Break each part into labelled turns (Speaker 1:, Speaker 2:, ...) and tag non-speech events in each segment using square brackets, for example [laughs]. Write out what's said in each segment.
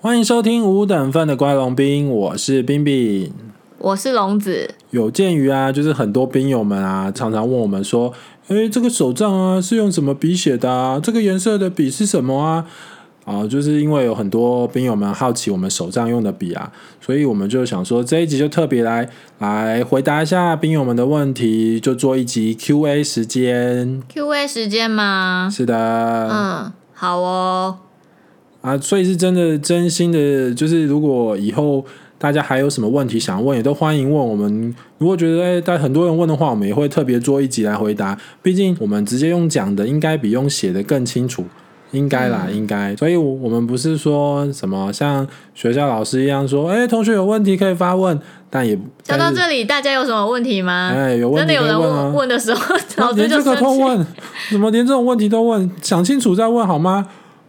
Speaker 1: 欢迎收听五等份的乖龙兵，我是冰冰。
Speaker 2: 我是龙子，
Speaker 1: 有鉴于啊，就是很多兵友们啊，常常问我们说，诶，这个手账啊是用什么笔写的啊？这个颜色的笔是什么啊？啊，就是因为有很多兵友们好奇我们手账用的笔啊，所以我们就想说这一集就特别来来回答一下兵友们的问题，就做一集 Q&A 时间。
Speaker 2: Q&A 时间吗？
Speaker 1: 是的，
Speaker 2: 嗯，好哦。
Speaker 1: 啊，所以是真的，真心的，就是如果以后大家还有什么问题想问，也都欢迎问我们。如果觉得哎，但很多人问的话，我们也会特别做一集来回答。毕竟我们直接用讲的，应该比用写的更清楚，应该啦，
Speaker 2: 嗯
Speaker 1: 应该。所以我我们不是说什么像学校老师一样说，哎，同学有问题可以发问，但也哎
Speaker 2: 讲到
Speaker 1: 但是
Speaker 2: 这里，大家有什么问题吗？
Speaker 1: 哎有问题
Speaker 2: 真的有人
Speaker 1: 可以问啊
Speaker 2: 问问的时候，
Speaker 1: [laughs] 啊
Speaker 2: 老师
Speaker 1: 连
Speaker 2: 就
Speaker 1: 这
Speaker 2: 生
Speaker 1: 个都
Speaker 2: 气。
Speaker 1: 问，怎么连这种问题都问？想清楚再问好吗？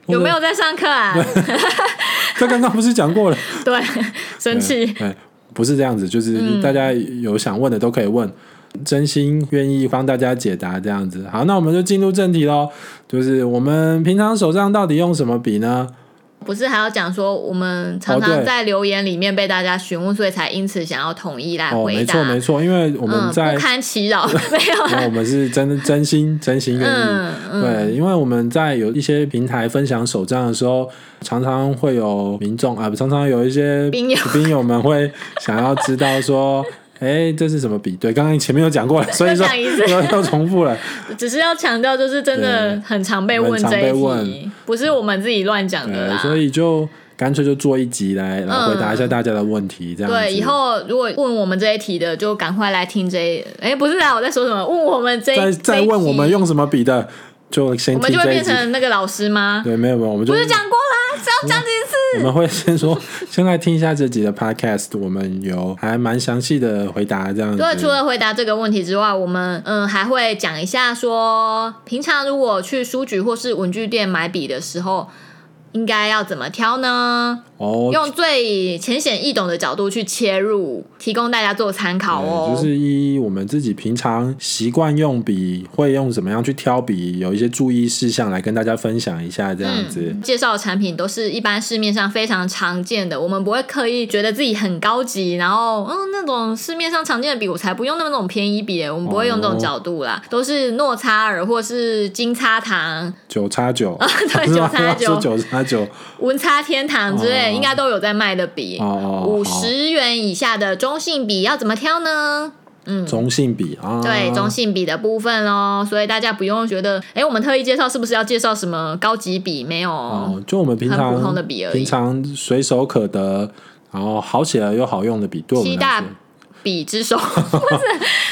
Speaker 2: 有没有在上课啊？
Speaker 1: 这刚刚不是讲过了？ [laughs]
Speaker 2: 对，生气。嗯
Speaker 1: 哎，不是这样子，就是大家有想问的都可以问，真心愿意帮大家解答这样子。好，那我们就进入正题喽。就是我们平常手账到底用什么笔呢？
Speaker 2: 不是还要讲说，我们常
Speaker 1: 哦
Speaker 2: 常
Speaker 1: 对
Speaker 2: 在留言里面被大家询问，所以才因此想要统一来
Speaker 1: 哦，
Speaker 2: 啊回
Speaker 1: 没
Speaker 2: 答。
Speaker 1: 错没错，因为我们
Speaker 2: 嗯，
Speaker 1: 在
Speaker 2: 不，堪其
Speaker 1: [laughs]
Speaker 2: 扰，没有
Speaker 1: 因
Speaker 2: 啊。
Speaker 1: 为我们是真真心真心愿意。
Speaker 2: 嗯嗯，
Speaker 1: 对，因为我们在有一些平台分享手账的时候，常常会有民众啊，常常有一些
Speaker 2: 兵友
Speaker 1: [laughs] 兵友们会想要知道说，哎，这是什么笔？对，刚刚前面有讲
Speaker 2: [laughs]
Speaker 1: 过了，所以说
Speaker 2: 又讲一次
Speaker 1: 又又重复了。
Speaker 2: 只是要强调，就是真的很常被
Speaker 1: 很
Speaker 2: 问
Speaker 1: 常
Speaker 2: 这
Speaker 1: 被
Speaker 2: 一题
Speaker 1: 问，
Speaker 2: 不是我们自己乱讲的
Speaker 1: 对，
Speaker 2: 啦。
Speaker 1: 呃所以就干脆就做一集来来
Speaker 2: 嗯
Speaker 1: 回答一下大家的问题，这样子
Speaker 2: 对，以后如果问我们这一题的，就赶快来听这一。哎，不是啦，我在说什么？问我们这一
Speaker 1: 再再问我们，用什么笔的，就
Speaker 2: 这一题
Speaker 1: 先
Speaker 2: 我们
Speaker 1: 听
Speaker 2: 就会
Speaker 1: 这一
Speaker 2: 变
Speaker 1: 集。
Speaker 2: 成那个老师吗？
Speaker 1: 对，没有没有，我们就
Speaker 2: 不是讲过啦，只要讲几次。
Speaker 1: 我们会先说， [laughs] 先来听一下这集的 podcast，我们有还蛮详细的回答这样子。
Speaker 2: 对，除了回答这个问题之外，我们嗯还会讲一下说，平常如果去书局或是文具店买笔的时候，应该要怎么挑呢？
Speaker 1: 哦，
Speaker 2: 用最浅显易懂的角度去切入，提供大家做参考哦。
Speaker 1: 对就是依我们自己平常习惯用笔，会用怎么样去挑笔，有一些注意事项来跟大家分享一下这样子。
Speaker 2: 嗯介绍的产品都是一般市面上非常常见的，我们不会刻意觉得自己很高级，然后嗯那种市面上常见的笔我才不用那种便宜笔耶，我们不会用这种角度啦，都是诺擦尔或是金擦糖、
Speaker 1: 九叉九，
Speaker 2: [laughs] 对
Speaker 1: 是吗
Speaker 2: 九叉九
Speaker 1: 说 [laughs] 九叉九，
Speaker 2: 文擦天堂之
Speaker 1: 哦
Speaker 2: 类，应该都有在卖的笔。
Speaker 1: 哦哦，
Speaker 2: 五
Speaker 1: 好
Speaker 2: 十元以下的中性笔要怎么挑呢？嗯。
Speaker 1: 中性笔啊，
Speaker 2: 对中性笔的部分哦，所以大家不用觉得，哎，我们特意介绍是不是要介绍什么高级笔？没有，
Speaker 1: 哦，就我们平常
Speaker 2: 嗯很普通的笔而已
Speaker 1: 平常随手可得，然后好写了又好用的笔，对我们
Speaker 2: 七
Speaker 1: 来
Speaker 2: 大
Speaker 1: 说，
Speaker 2: 笔之首。 [laughs]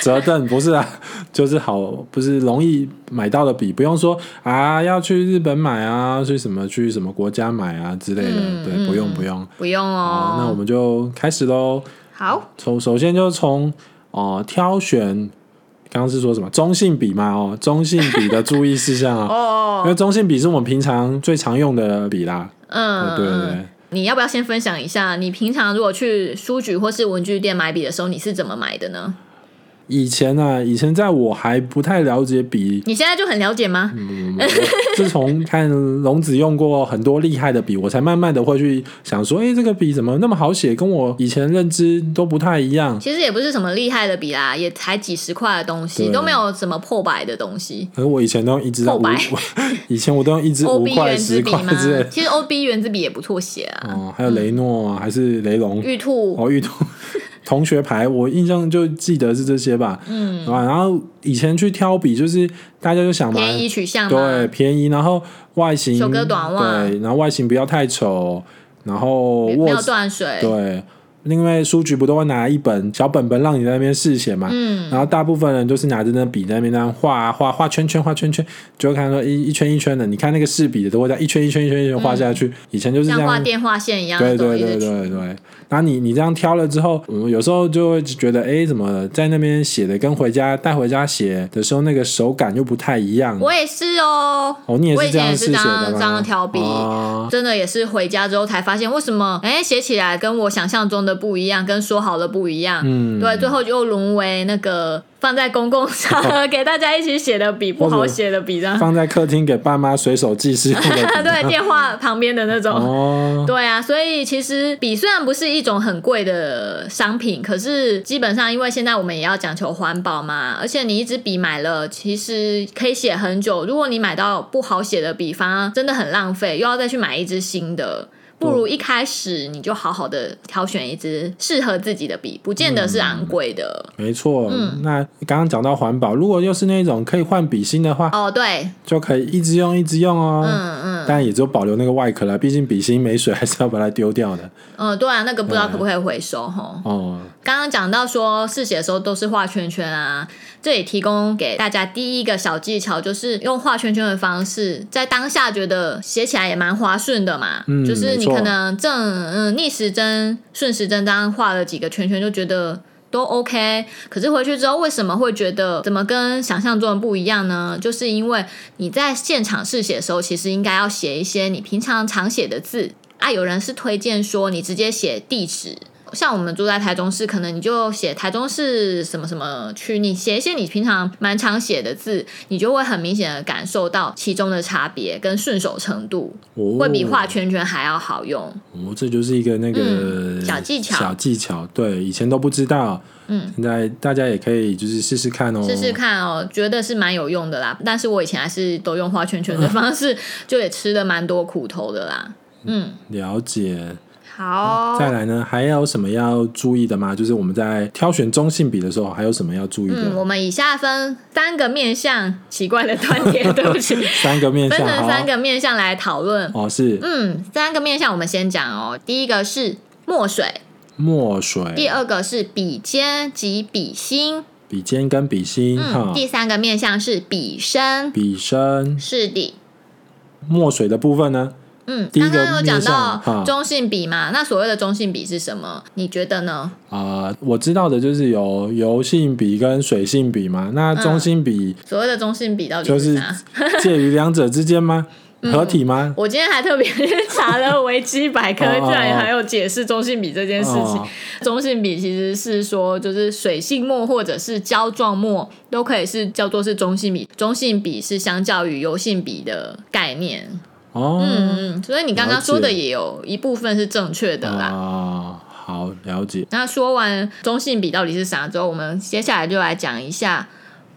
Speaker 1: 折凳不是啊， [laughs] 就是好，不是容易买到的笔，不用说啊，要去日本买啊，去什么去什么国家买啊之类的，
Speaker 2: 嗯
Speaker 1: 对，不用
Speaker 2: 嗯
Speaker 1: 不用。
Speaker 2: 不用哦
Speaker 1: 好，。那我们就开始喽。
Speaker 2: 好，
Speaker 1: 从首先就从哦、呃挑选，刚刚是说什么中性笔嘛哦，中性笔的注意事项啊，因
Speaker 2: [laughs] 哦，
Speaker 1: 为中性笔是我们平常最常用的笔啦，
Speaker 2: 嗯，
Speaker 1: 对对
Speaker 2: 嗯
Speaker 1: 对。
Speaker 2: 你要不要先分享一下，你平常如果去书局或是文具店买笔的时候，你是怎么买的呢？
Speaker 1: 以前啊，以前在我还不太了解笔，
Speaker 2: 你现在就很了解吗？ [laughs]
Speaker 1: 嗯我自从看龙子用过很多厉害的笔，我才慢慢的会去想说，哎、这个笔怎么那么好写，跟我以前认知都不太一样。
Speaker 2: 其实也不是什么厉害的笔啦，也才几十块的东西，
Speaker 1: 对
Speaker 2: 都没有什么破百的东西。
Speaker 1: 可是我以前都用一支
Speaker 2: 后
Speaker 1: 五 [laughs]
Speaker 2: 白，
Speaker 1: 以前我都用一
Speaker 2: [laughs]
Speaker 1: 支
Speaker 2: O
Speaker 1: 五
Speaker 2: B
Speaker 1: 块、
Speaker 2: 原
Speaker 1: 十
Speaker 2: 子笔
Speaker 1: 块
Speaker 2: 吗
Speaker 1: 之类？的。
Speaker 2: 其实 O B 原子笔也不错写啊。
Speaker 1: 哦，还有雷诺啊，还是雷龙，
Speaker 2: 玉兔，
Speaker 1: 哦，玉兔 [laughs] 同学牌，我印象就记得是这些吧。
Speaker 2: 嗯，
Speaker 1: 啊，然后以前去挑笔，就是大家就想嘛，
Speaker 2: 便宜取向
Speaker 1: 对，
Speaker 2: 嘛，
Speaker 1: 便宜，然后外形
Speaker 2: 小哥短袜
Speaker 1: 对，然后外形不要太丑，然后
Speaker 2: 没
Speaker 1: 握
Speaker 2: 有断水。
Speaker 1: 对，因为书局不都会拿一本小本本让你在那边试写嘛，
Speaker 2: 嗯，
Speaker 1: 然后大部分人都是拿着那笔在那边那样画啊画画圈圈画圈圈，就会看到一一圈一圈的，你看那个试笔的都会在一圈一圈一圈一圈画下去，以前就是这
Speaker 2: 嗯像画
Speaker 1: 样。
Speaker 2: 电话线一样
Speaker 1: 对
Speaker 2: 的
Speaker 1: 对
Speaker 2: 东西，
Speaker 1: 对对对，然后你你这样挑了之后，我们有时候就会觉得，哎，怎么在那边写的跟回家带回家写的时候那个手感又不太一样？
Speaker 2: 我也是哦。
Speaker 1: 哦，你也
Speaker 2: 我
Speaker 1: 是
Speaker 2: 以
Speaker 1: 这
Speaker 2: 前
Speaker 1: 样
Speaker 2: 也
Speaker 1: 试
Speaker 2: 是
Speaker 1: 写
Speaker 2: 这
Speaker 1: 的
Speaker 2: 样
Speaker 1: 吗
Speaker 2: 这样挑笔
Speaker 1: 哦
Speaker 2: [laughs] 真的也是回家之后才发现，为什么哎写起来跟我想象中的的不一样，跟说好的不一样，
Speaker 1: 嗯
Speaker 2: 对，最后就沦为那个放在公共上 [laughs] 给大家一起写的笔，不好写的笔这样， [laughs]
Speaker 1: 放在客厅给爸妈随手记事用的
Speaker 2: 对，电话旁边的那种。
Speaker 1: 哦，
Speaker 2: 对啊，所以其实笔虽然不是一种很贵的商品，可是基本上因为现在我们也要讲求环保嘛，而且你一支笔买了，其实可以写很久。如果你买到不好写的笔，反而真的很浪费，又要再去买一支新的。不如一开始你就好好的挑选一支适合自己的笔，不见得是昂贵的。
Speaker 1: 没错。
Speaker 2: 嗯
Speaker 1: 那刚刚讲到环保，如果又是那种可以换笔芯的话，
Speaker 2: 哦，对，
Speaker 1: 就可以一直用一直用哦。
Speaker 2: 嗯嗯
Speaker 1: 但也只有保留那个外壳了，毕竟笔芯没水，还是要把它丢掉的。
Speaker 2: 嗯，对啊，那个不知道可不可以回收吼。
Speaker 1: 哦，
Speaker 2: 刚刚讲到说试写的时候都是画圈圈啊，这里提供给大家第一个小技巧，就是用画圈圈的方式，在当下觉得写起来也蛮滑顺的嘛。
Speaker 1: 嗯
Speaker 2: 就是
Speaker 1: 没
Speaker 2: 你
Speaker 1: 错
Speaker 2: 可能正嗯逆时针、顺时针这样画了几个圈圈，就觉得。都 OK，可是回去之后为什么会觉得怎么跟想象中的不一样呢？就是因为你在现场试写的时候，其实应该要写一些你平常常写的字啊。有人是推荐说你直接写地址，像我们住在台中市，可能你就写台中市什么什么区，你写一些你平常蛮常写的字，你就会很明显的感受到其中的差别跟顺手程度，
Speaker 1: 哦
Speaker 2: 会比画圈圈还要好用。
Speaker 1: 哦，这就是一个那个、
Speaker 2: 嗯小技巧
Speaker 1: 小技巧，对，以前都不知道，
Speaker 2: 嗯，
Speaker 1: 现在大家也可以就是试试看哦，
Speaker 2: 试试看哦，觉得是蛮有用的啦。但是我以前还是都用画圈圈的方式， [laughs] 就也吃了蛮多苦头的啦。嗯，
Speaker 1: 了解。
Speaker 2: 好，
Speaker 1: 再来呢，还有什么要注意的吗？就是我们在挑选中性笔的时候，还有什么要注意的？
Speaker 2: 嗯，我们以下分三个面向，奇怪的断点，对不起，
Speaker 1: 三个 [laughs] 面
Speaker 2: 分
Speaker 1: 向，
Speaker 2: 成
Speaker 1: 好
Speaker 2: 三个面向来讨论。
Speaker 1: 哦，是
Speaker 2: 嗯，三个面向我们先讲哦。第一个是墨水，
Speaker 1: 嗯墨水、
Speaker 2: 第二个是笔尖及笔芯，
Speaker 1: 笔尖跟笔芯哈
Speaker 2: 嗯，，第三个面向是笔身。
Speaker 1: 笔身。
Speaker 2: 是的，
Speaker 1: 墨水的部分呢？
Speaker 2: 嗯，
Speaker 1: 第一
Speaker 2: 刚
Speaker 1: 个
Speaker 2: 刚有讲
Speaker 1: 面向
Speaker 2: 到
Speaker 1: 哈
Speaker 2: 中性笔嘛，那所谓的中性笔是什么？你觉得呢？
Speaker 1: 啊、我知道的就是有油性笔跟水性笔嘛。那中性笔
Speaker 2: 所谓的中性笔到底
Speaker 1: 就是
Speaker 2: 啥？
Speaker 1: 介于两者之间
Speaker 2: [laughs]
Speaker 1: 吗？
Speaker 2: 嗯
Speaker 1: 合体吗？
Speaker 2: 啊我今天还特别去查了维基百
Speaker 1: [laughs]
Speaker 2: 科，
Speaker 1: 哦哦哦
Speaker 2: 居然还有解释中性笔这件事情。
Speaker 1: 哦
Speaker 2: 中性笔其实是说，就是水性墨或者是胶状墨都可以是叫做是中性笔。中性笔是相较于油性笔的概念。
Speaker 1: 哦，
Speaker 2: 嗯嗯，所以你刚刚说
Speaker 1: 了
Speaker 2: 的
Speaker 1: 解
Speaker 2: 也有一部分是正确的啦。
Speaker 1: 哦，好了解。
Speaker 2: 那说完中性笔到底是啥之后，我们接下来就来讲一下。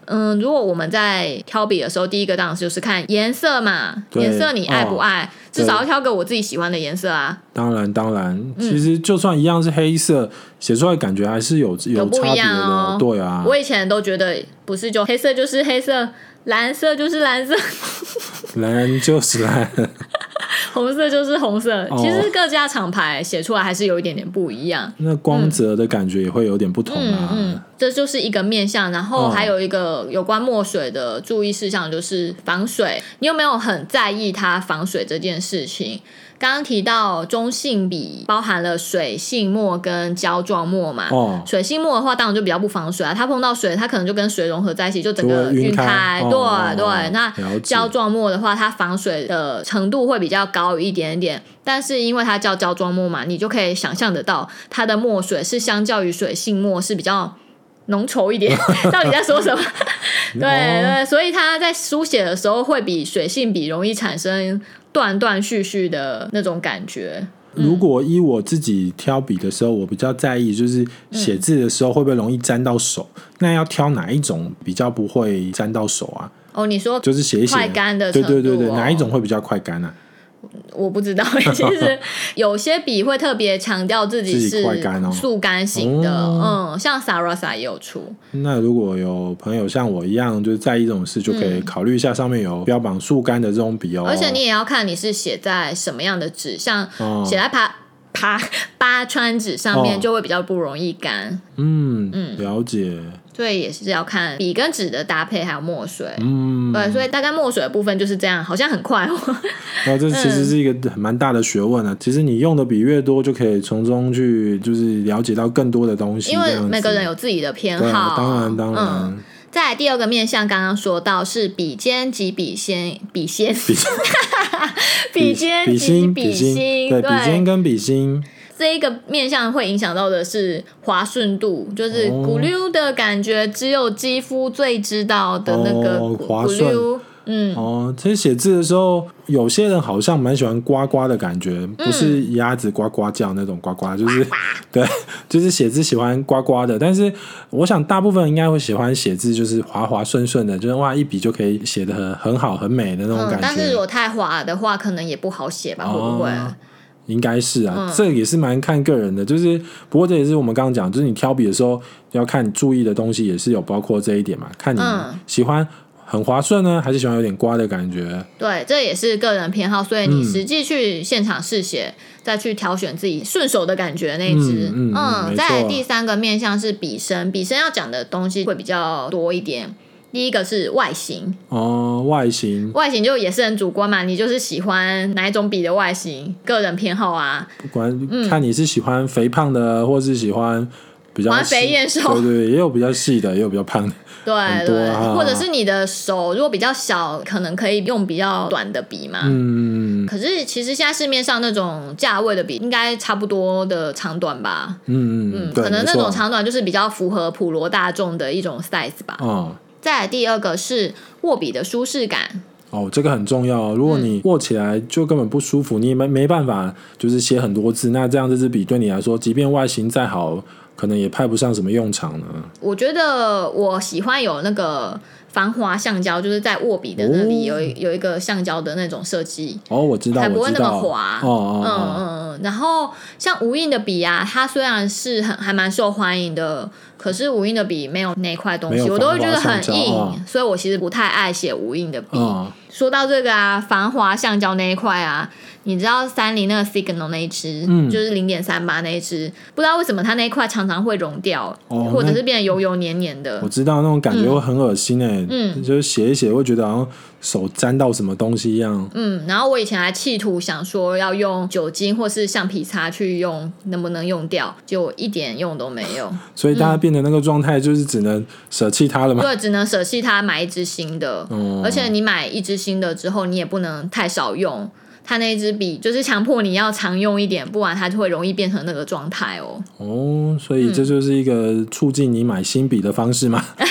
Speaker 2: 嗯，如果我们在挑笔的时候，第一个当然就是看颜色嘛，
Speaker 1: 对哦
Speaker 2: 颜色你爱不爱？
Speaker 1: 对
Speaker 2: 至少要挑个我自己喜欢的颜色啊，
Speaker 1: 当然，当然，
Speaker 2: 嗯
Speaker 1: 其实就算一样是黑色，写出来感觉还是有有
Speaker 2: 有不
Speaker 1: 差
Speaker 2: 一
Speaker 1: 别
Speaker 2: 样
Speaker 1: 的。
Speaker 2: 哦
Speaker 1: 对啊，
Speaker 2: 我以前都觉得不是就黑色就是黑色，蓝色就是蓝色， [laughs]
Speaker 1: 蓝就是蓝，
Speaker 2: 红色就是红色。
Speaker 1: 哦
Speaker 2: 其实各家厂牌写出来还是有一点点不一样。
Speaker 1: 那光泽的感觉也会有点不同
Speaker 2: 嗯
Speaker 1: 啊。
Speaker 2: 嗯，这就是一个面向，然后
Speaker 1: 嗯
Speaker 2: 还有一个有关墨水的注意事项就是防水。你有没有很在意它防水这件事情？刚刚提到中性笔包含了水性墨跟胶状墨嘛，
Speaker 1: 哦，
Speaker 2: 水性墨的话，当然就比较不防水啊，它碰到水，它可能就跟水融合在一起，就整个
Speaker 1: 就会晕
Speaker 2: 晕
Speaker 1: 开
Speaker 2: 对、
Speaker 1: 哦
Speaker 2: 对，那
Speaker 1: 了解
Speaker 2: 胶状墨的话，它防水的程度会比较高一点点，但是因为它叫胶状墨嘛，你就可以想象得到，它的墨水是相较于水性墨是比较。浓稠
Speaker 1: [laughs]
Speaker 2: 一点，到底在说什么？
Speaker 1: 哦
Speaker 2: 对对，所以它在书写的时候会比水性笔容易产生断断续续的那种感觉。
Speaker 1: 如果依我自己挑笔的时候，我比较在意就是写字的时候会不会容易沾到手，那要挑哪一种比较不会沾到手啊？
Speaker 2: 哦，你说
Speaker 1: 就是写一写，
Speaker 2: 快干的
Speaker 1: 对对对
Speaker 2: 程
Speaker 1: 对，
Speaker 2: 度哦
Speaker 1: 哪一种会比较快干啊？
Speaker 2: 我不知道，欸其
Speaker 1: [laughs]
Speaker 2: 实有些笔会特别强调自己
Speaker 1: 自己
Speaker 2: 是
Speaker 1: 快干哦
Speaker 2: 速干型的，
Speaker 1: 哦
Speaker 2: 嗯，像 Sarasa 也有出，
Speaker 1: 那如果有朋友像我一样就是在意这种事，就可以考虑一下上面有标榜速干的这种笔哦。
Speaker 2: 嗯而且你也要看你是写在什么样的纸，像
Speaker 1: 哦
Speaker 2: 写在爬爬八川纸上
Speaker 1: 哦
Speaker 2: 面就会比较不容易干，
Speaker 1: 嗯了解，
Speaker 2: 所以也是要看笔跟纸的搭配，还有墨水。
Speaker 1: 嗯，
Speaker 2: 对，所以大概墨水的部分就是这样，好像很快
Speaker 1: [laughs]
Speaker 2: 哦。
Speaker 1: 然后这其实是一个蛮大的学问啊。
Speaker 2: 嗯
Speaker 1: 其实你用的笔越多，就可以从中去就是了解到更多的东西。
Speaker 2: 因
Speaker 1: 这
Speaker 2: 为
Speaker 1: 样子
Speaker 2: 每个人有自己的偏
Speaker 1: 对啊
Speaker 2: 好，，
Speaker 1: 当然当
Speaker 2: 嗯
Speaker 1: 然，
Speaker 2: 再来第二个面向，刚刚说到是笔尖及笔尖，笔 [laughs] 尖，笔尖
Speaker 1: 笔
Speaker 2: 及
Speaker 1: 芯、笔芯，
Speaker 2: 芯，
Speaker 1: 对，笔尖跟笔芯，
Speaker 2: 这一个面相会影响到的是滑顺度，就是
Speaker 1: 哦
Speaker 2: 咕溜的感觉，只有肌肤最知道的那个
Speaker 1: 哦滑
Speaker 2: 咕溜。嗯，
Speaker 1: 哦，其实写字的时候，有些人好像蛮喜欢呱呱的感觉，
Speaker 2: 嗯
Speaker 1: 不是鸭子呱呱叫那种呱呱，就是 [laughs] 对，就是写字喜欢呱呱的。但是我想大部分人应该会喜欢写字，就是滑滑顺顺的，就是哇一笔就可以写的很很好很美的那种
Speaker 2: 嗯
Speaker 1: 感，
Speaker 2: 但是
Speaker 1: 觉。
Speaker 2: 如果太滑的话，可能也不好写吧，会不会？
Speaker 1: 哦应该是啊，
Speaker 2: 嗯
Speaker 1: 这也是蛮看个人的，就是不过这也是我们刚刚讲，就是你挑笔的时候要看你注意的东西，也是有包括这一点嘛，看你
Speaker 2: 嗯
Speaker 1: 喜欢很滑顺呢，还是喜欢有点刮的感觉。
Speaker 2: 对，这也是个人偏好，所以你
Speaker 1: 嗯
Speaker 2: 实际去现场试写，再去挑选自己顺手的感觉那一支。
Speaker 1: 嗯嗯嗯没错
Speaker 2: 再来第三个面向是笔身，笔身要讲的东西会比较多一点。第一个是外形，
Speaker 1: 哦，外形
Speaker 2: 外形就也是很主观嘛，你就是喜欢哪一种笔的外形，个人偏好啊。
Speaker 1: 不管看你是喜欢肥胖的，或是喜欢比较
Speaker 2: 玩肥
Speaker 1: 细
Speaker 2: 燕瘦
Speaker 1: 对对，对也有比较细的，也有比较
Speaker 2: [laughs]
Speaker 1: 胖的。
Speaker 2: 对
Speaker 1: 多
Speaker 2: 对，
Speaker 1: 啊
Speaker 2: 或者是你的手如果比较小，可能可以用比较短的笔嘛。
Speaker 1: 嗯
Speaker 2: 可是其实现在市面上那种价位的笔，应该差不多的长短吧。
Speaker 1: 嗯
Speaker 2: 嗯
Speaker 1: 嗯，对，
Speaker 2: 可能
Speaker 1: 没
Speaker 2: 那
Speaker 1: 错
Speaker 2: 种长短就是比较符合普罗大众的一种 size 吧。
Speaker 1: 哦
Speaker 2: 再来第二个是握笔的舒适感，
Speaker 1: 哦，这个很重要哦。如果你握起来就根本不舒服，你也没没办法，就是写很多字，那这样这支笔对你来说，即便外形再好，可能也派不上什么用场呢。
Speaker 2: 我觉得我喜欢有那个防滑橡胶，就是在握笔的那里
Speaker 1: 哦
Speaker 2: 有一、有一个橡胶的那种设计。
Speaker 1: 哦，我知道，
Speaker 2: 才不
Speaker 1: 我
Speaker 2: 会
Speaker 1: 知
Speaker 2: 那么
Speaker 1: 道。
Speaker 2: 滑，
Speaker 1: 哦哦
Speaker 2: 嗯嗯
Speaker 1: 哦，
Speaker 2: 嗯嗯，然后像无印的笔啊，它虽然是很还蛮受欢迎的，可是无印的笔没有那块东
Speaker 1: 没
Speaker 2: 西，
Speaker 1: 有
Speaker 2: 我都会觉得
Speaker 1: 防滑
Speaker 2: 很
Speaker 1: 橡胶
Speaker 2: 硬，
Speaker 1: 哦
Speaker 2: 所以我其实不太爱写无印的笔。
Speaker 1: 嗯
Speaker 2: 说到这个啊，防滑橡胶那一块啊，你知道三菱那个 Signal 那一支，
Speaker 1: 嗯
Speaker 2: 就是零点三八那一支，不知道为什么它那一块常常会融掉，
Speaker 1: 哦
Speaker 2: 或者
Speaker 1: 那
Speaker 2: 是变得油油黏黏的
Speaker 1: 我。知道那种感觉会很恶心诶、
Speaker 2: 嗯
Speaker 1: 就是写一写会觉得好像手沾到什么东西一样。
Speaker 2: 嗯，然后我以前还企图想说要用酒精或是橡皮擦去用，能不能用掉？结果一点用都没有，
Speaker 1: 所以大
Speaker 2: 嗯
Speaker 1: 家变得那个状态，就是只能舍弃它了嘛。
Speaker 2: 对，只能舍弃它买一支新的。
Speaker 1: 哦
Speaker 2: 而且你买一支新的之后，你也不能太少用。它那一支笔就是强迫你要常用一点，不然它就会容易变成那个状态哦。 [laughs]
Speaker 1: 哦，所
Speaker 2: 嗯
Speaker 1: 以这就是一个促进你买新笔的方式
Speaker 2: [laughs]
Speaker 1: 嘛？
Speaker 2: 哎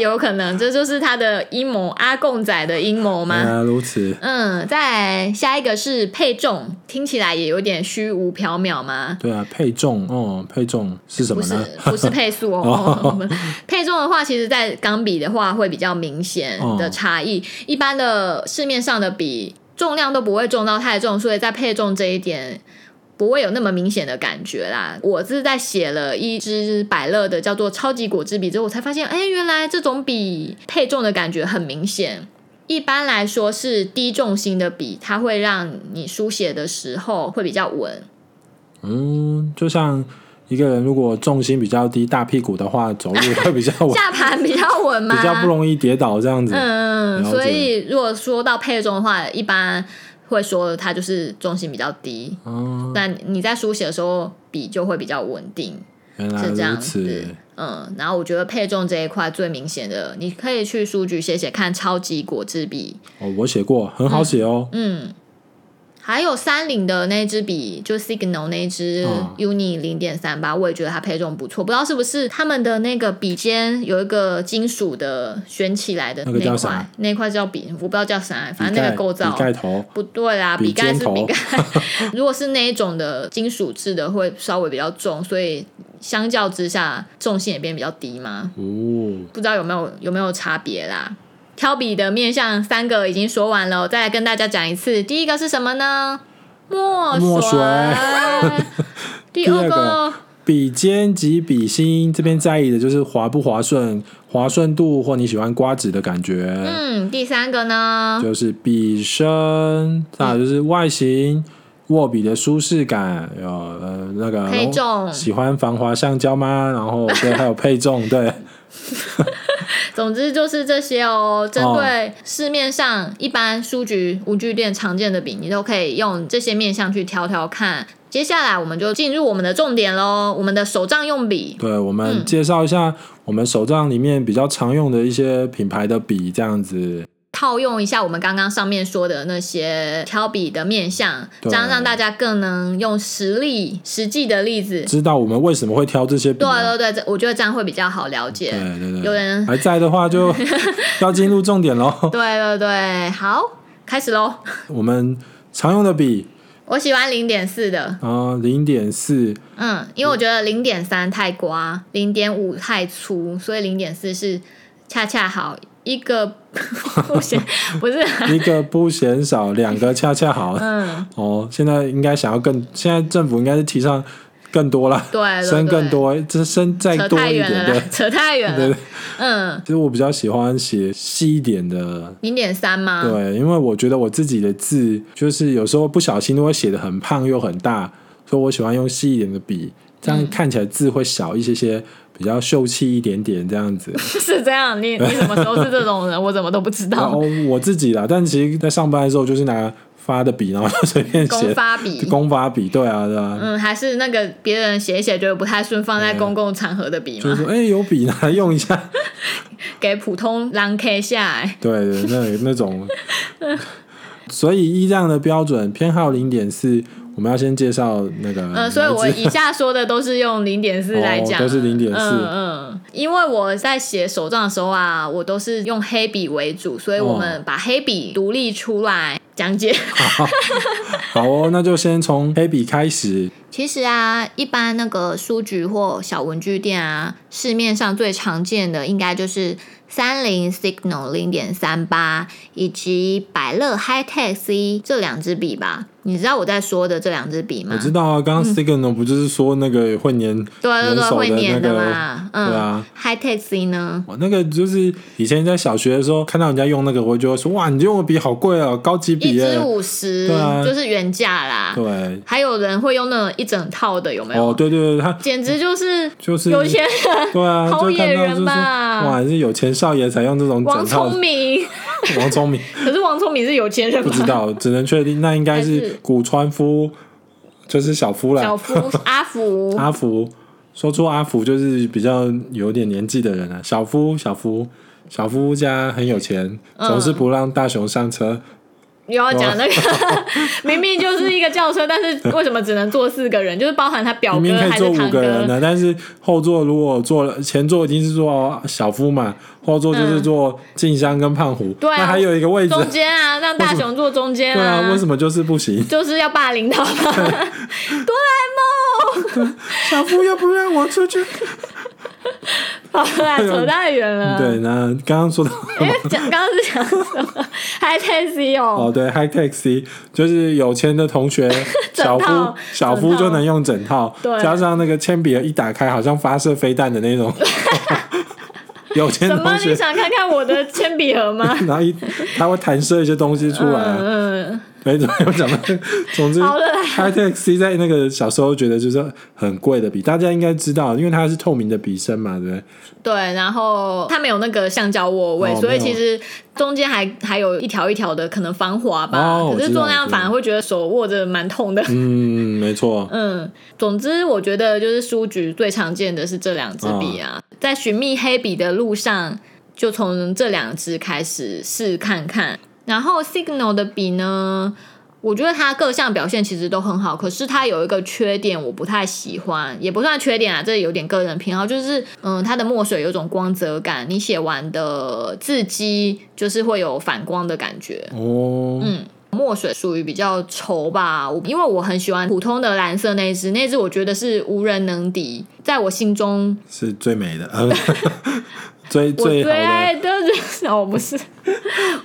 Speaker 2: 有可能，这就是他的阴谋，阿贡仔的阴谋
Speaker 1: 原
Speaker 2: 吗？
Speaker 1: 来哎如此。
Speaker 2: 嗯，再来下一个是配重，听起来也有点虚无缥缈吗？
Speaker 1: 对啊，配重哦，配重是什
Speaker 2: 不
Speaker 1: 么
Speaker 2: 是
Speaker 1: 呢？，
Speaker 2: 不是配
Speaker 1: [laughs]
Speaker 2: 速哦。配重的话，其实在钢笔的话会比较明显
Speaker 1: 哦
Speaker 2: 的差异。一般的市面上的笔重量都不会重到太重，所以在配重这一点。不会有那么明显的感觉啦。我是在写了一支百乐的叫做超级果汁笔之后，我才发现，哎，原来这种笔配重的感觉很明显。一般来说是低重心的笔，它会让你书写的时候会比较稳。
Speaker 1: 嗯，就像一个人如果重心比较低，大屁股的话，走路会
Speaker 2: [laughs]
Speaker 1: 比较稳，
Speaker 2: 下盘比较稳吗？
Speaker 1: 比较不容易跌倒这样子。
Speaker 2: 嗯，
Speaker 1: 了解
Speaker 2: 所以如果说到配重的话，一般会说它就是重心比较低，
Speaker 1: 哦，
Speaker 2: 那你在书写的时候笔就会比较稳定，
Speaker 1: 原来
Speaker 2: 是这
Speaker 1: 如
Speaker 2: 样
Speaker 1: 此
Speaker 2: 子。。嗯，然后我觉得配重这一块最明显的，你可以去书局写写看超级果汁笔，
Speaker 1: 哦，我写过，很好写哦。
Speaker 2: 嗯。还有三菱的那支笔，就 Signal 那支
Speaker 1: 嗯
Speaker 2: Uni 零点三八，我也觉得它配重不错。不知道是不是他们的那个笔尖有一个金属的旋起来的
Speaker 1: 那个叫
Speaker 2: 那
Speaker 1: 啥
Speaker 2: 块，那块叫笔，我不知道叫啥，反
Speaker 1: 笔
Speaker 2: 正那
Speaker 1: 盖
Speaker 2: 个构造
Speaker 1: 笔盖头，
Speaker 2: 不对啦，
Speaker 1: 笔
Speaker 2: 笔盖
Speaker 1: 尖
Speaker 2: 是
Speaker 1: 头
Speaker 2: 笔盖。 [laughs] 如果是那一种的金属制的，会稍微比较重，所以相较之下重心也变比较低嘛。
Speaker 1: 哦，
Speaker 2: 不知道有没有有没有差别啦？挑笔的面向三个已经说完了，我再来跟大家讲一次。第一个是什么呢？墨
Speaker 1: 墨水
Speaker 2: [laughs] 第
Speaker 1: [laughs] 第二
Speaker 2: 二个
Speaker 1: 个笔尖及笔芯这边在意的就是滑不滑顺、滑顺度或你喜欢刮指的感觉，
Speaker 2: 嗯，第三个呢？
Speaker 1: 就是笔身，再有就是外形、握笔的舒适感，有呃那个
Speaker 2: 配重
Speaker 1: 喜欢防滑橡胶吗？然后对，还有配重，
Speaker 2: [laughs]
Speaker 1: 对，
Speaker 2: 总之就是这些哦。针
Speaker 1: 哦
Speaker 2: 对市面上一般书局、文具店常见的笔，你都可以用这些面向去挑挑看。接下来我们就进入我们的重点喽，我们的手账用笔。
Speaker 1: 对，我们介绍一下我们手账里面比较常用的一些品牌的笔，这样子。
Speaker 2: 套用一下我们刚刚上面说的那些挑笔的面相，
Speaker 1: 对
Speaker 2: 这样让大家更能用实例、实际的例子。
Speaker 1: 知道我们为什么会挑这些笔
Speaker 2: 对
Speaker 1: 啊、
Speaker 2: 对对，这我觉得这样会比较好了解。
Speaker 1: 对对对，
Speaker 2: 有人
Speaker 1: 还在的话
Speaker 2: [laughs]
Speaker 1: 就要进入重点喽。
Speaker 2: 对对对，好，开始喽。
Speaker 1: 我们常用的笔
Speaker 2: 我喜欢零点四的，
Speaker 1: 啊，零点四
Speaker 2: 嗯，因为我觉得零点三太刮，零点五太粗，所以零点四是恰恰好一个 [laughs] 不行，
Speaker 1: [laughs]
Speaker 2: 不是，
Speaker 1: 一个不嫌少，两个恰恰
Speaker 2: [laughs]
Speaker 1: 好。
Speaker 2: 嗯，
Speaker 1: 哦，现在应该想要更，现在政府应该是提倡更多啦，
Speaker 2: 对，对
Speaker 1: 生
Speaker 2: 对
Speaker 1: 更多，这生再
Speaker 2: 扯
Speaker 1: 多
Speaker 2: 太
Speaker 1: 一
Speaker 2: 远
Speaker 1: 点，
Speaker 2: 了
Speaker 1: 对
Speaker 2: 啦，。扯太远
Speaker 1: 对
Speaker 2: 了，嗯，
Speaker 1: 其实我比较喜欢写细一点的，
Speaker 2: 零点三吗？
Speaker 1: 对，因为我觉得我自己的字就是有时候不小心都会写的很胖又很大，所以我喜欢用细一点的笔，这
Speaker 2: 嗯
Speaker 1: 样看起来字会小一些些，比较秀气一点点这样子。
Speaker 2: [laughs] 是这样，你你什么时候是这种人？我怎么都不知
Speaker 1: 然
Speaker 2: 道
Speaker 1: 后。我自己啦，但其实在上班的时候就是拿发的笔，然后就随便
Speaker 2: 公
Speaker 1: 写。
Speaker 2: 发笔，
Speaker 1: 公发笔，对啊，对啊，
Speaker 2: 嗯，还是那个别人写一写觉得不太顺，放在
Speaker 1: 嗯
Speaker 2: 公共场合的笔
Speaker 1: 就是
Speaker 2: 嘛，
Speaker 1: 说，哎、有笔拿来用一下，
Speaker 2: 给普通狼 K 下来。
Speaker 1: 对对，那那
Speaker 2: [laughs]
Speaker 1: 种，所以依这样的标准偏好零点四，我们要先介绍那个来
Speaker 2: 嗯，
Speaker 1: 自，
Speaker 2: 所以我以下说的都是用零点四来讲，
Speaker 1: 哦都是0.4
Speaker 2: 嗯嗯，因为我在写手账的时候啊，我都是用黑笔为主，所以
Speaker 1: 哦
Speaker 2: 我们把黑笔独立出来讲解。 [laughs]
Speaker 1: 好哦，那就先从黑笔开始，
Speaker 2: 其实啊，一般那个书局或小文具店啊，市面上最常见的应该就是三菱 Signal 零点三八以及百乐 High Tech C 这两支笔吧。你知道我在说的这两支笔吗
Speaker 1: 我？知道啊，刚刚 Signal 不就是说那个会粘，
Speaker 2: 嗯对对对，
Speaker 1: 人手的
Speaker 2: 会
Speaker 1: 那
Speaker 2: 粘
Speaker 1: 个
Speaker 2: 嘛。
Speaker 1: 对
Speaker 2: 嗯、
Speaker 1: 啊
Speaker 2: h i g h Tech C 呢？
Speaker 1: 我那个就是以前在小学的时候看到人家用那个，我就会说哇，你用的笔好贵哦，高级笔
Speaker 2: 一支
Speaker 1: 耶，
Speaker 2: 五十、
Speaker 1: 对啊
Speaker 2: 就是原价啦。
Speaker 1: 对，
Speaker 2: 还有人会用那种一整套的，有没有？
Speaker 1: 哦，对对对，他
Speaker 2: 简直就是
Speaker 1: 就是
Speaker 2: 有钱人
Speaker 1: 对啊，
Speaker 2: [laughs] 好
Speaker 1: 就看
Speaker 2: 野
Speaker 1: 到就是
Speaker 2: 人
Speaker 1: 说
Speaker 2: 吧
Speaker 1: 哇，是有钱少爷才用这种整
Speaker 2: 王 [laughs]
Speaker 1: 套
Speaker 2: 聪
Speaker 1: 的，
Speaker 2: 明，
Speaker 1: 王聪明。
Speaker 2: 可是王聪明是有钱人
Speaker 1: 不
Speaker 2: 吗？
Speaker 1: 知道，只能确定那应该
Speaker 2: 还
Speaker 1: 是
Speaker 2: 是
Speaker 1: 古川夫，就是小夫啦。 [laughs]
Speaker 2: 小夫阿福，
Speaker 1: 阿福，说出阿福就是比较有点年纪的人了、啊。小夫，小夫，小夫家很有钱，
Speaker 2: 嗯
Speaker 1: 总是不让大雄上车。
Speaker 2: 又要讲那个，
Speaker 1: 哦
Speaker 2: [laughs] 明明就是一个轿车，但是为什么只能坐四个人？就是包含他表
Speaker 1: 明
Speaker 2: 哥
Speaker 1: 明可
Speaker 2: 还
Speaker 1: 以坐
Speaker 2: 是
Speaker 1: 五
Speaker 2: 堂
Speaker 1: 个人
Speaker 2: 哦
Speaker 1: 啊
Speaker 2: 哥，
Speaker 1: 呢，但是后座如果坐了，前座一定是坐小夫嘛，后座就是坐静香跟胖虎。
Speaker 2: 嗯对啊
Speaker 1: 那还有一个位置，
Speaker 2: 中间啊，让大雄坐中间
Speaker 1: 对啊，为
Speaker 2: 啊，
Speaker 1: 什么就是不行？
Speaker 2: 就是要霸凌
Speaker 1: [laughs]
Speaker 2: 他嘛。哆啦 A 梦，
Speaker 1: 小夫又不让我出去。
Speaker 2: 好
Speaker 1: 啊
Speaker 2: 啦，扯太远
Speaker 1: [laughs]
Speaker 2: 了。
Speaker 1: 对，那刚刚说到。
Speaker 2: 因为哎讲刚刚是讲什么？High Taxi
Speaker 1: 哦，
Speaker 2: 哦，
Speaker 1: 对，High Tech C 就是有钱的同学小
Speaker 2: [laughs] 整套
Speaker 1: 夫小夫
Speaker 2: 整套
Speaker 1: 就能用整套，
Speaker 2: 对
Speaker 1: 加上那个铅笔一打开，好像发射飞弹的那
Speaker 2: [laughs]
Speaker 1: 种。有钱
Speaker 2: 什
Speaker 1: 的同
Speaker 2: 么？你
Speaker 1: 学，
Speaker 2: 想看看我的铅笔盒
Speaker 1: [laughs]
Speaker 2: 吗？
Speaker 1: 然后一他会弹射一些东西出来、啊，
Speaker 2: 嗯
Speaker 1: 没怎么有讲到。总之
Speaker 2: 好了啦
Speaker 1: ，High Tech C 在那个小时候觉得就是很贵的笔，大家应该知道，因为它是透明的笔身嘛，对不对？
Speaker 2: 嗯，对，然后它没有那个橡胶握位，
Speaker 1: 哦
Speaker 2: 所以
Speaker 1: 没有
Speaker 2: 其实中间还还有一条一条的可能防滑吧，
Speaker 1: 哦我
Speaker 2: 可是
Speaker 1: 知道
Speaker 2: 做那
Speaker 1: 我
Speaker 2: 样
Speaker 1: 知道
Speaker 2: 反而会觉得手握着蛮痛的。
Speaker 1: 嗯，没错。
Speaker 2: 嗯，总之我觉得就是书局最常见的是这两支笔啊，在寻觅黑笔的路上，就从这两支开始试看看。然后 Signal 的笔呢，我觉得它各项表现其实都很好，可是它有一个缺点，我不太喜欢，也不算缺点啊，这有点个人偏好，就是嗯，它的墨水有一种光泽感，你写完的字迹就是会有反光的感觉。
Speaker 1: 哦，
Speaker 2: 墨水属于比较稠吧，我因为我很喜欢普通的蓝色那一支，那一支我觉得是无人能敌，在我心中
Speaker 1: 是最美的，
Speaker 2: [laughs]
Speaker 1: 呃最
Speaker 2: 我
Speaker 1: 最
Speaker 2: 最
Speaker 1: 好的
Speaker 2: 爱的人哦，不是，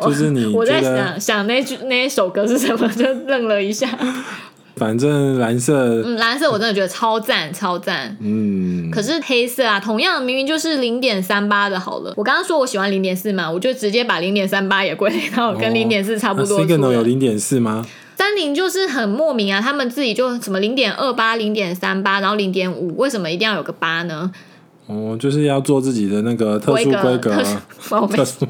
Speaker 1: 就是你
Speaker 2: 我
Speaker 1: 觉
Speaker 2: 在
Speaker 1: 得
Speaker 2: 想想那句那一首歌是什么，就愣了一下。 [laughs]
Speaker 1: 反正蓝色，
Speaker 2: 嗯，蓝色我真的觉得超赞，超赞。
Speaker 1: 嗯，
Speaker 2: 可是黑色啊，同样明明就是零点三八的，好了，我刚刚说我喜欢零点四嘛，我就直接把零点三八也归类到跟零点四差不多
Speaker 1: 哦那
Speaker 2: 出
Speaker 1: Signal
Speaker 2: 了
Speaker 1: 有零点四吗？
Speaker 2: 三菱就是很莫名啊，他们自己就什么零点二八、零点三八，然后零点五，为什么一定要有个八呢？
Speaker 1: 哦，就是要做自己的那个特殊规格
Speaker 2: 特殊 [laughs] 哦
Speaker 1: 啊，， [laughs]
Speaker 2: 我
Speaker 1: 特
Speaker 2: 没
Speaker 1: 殊。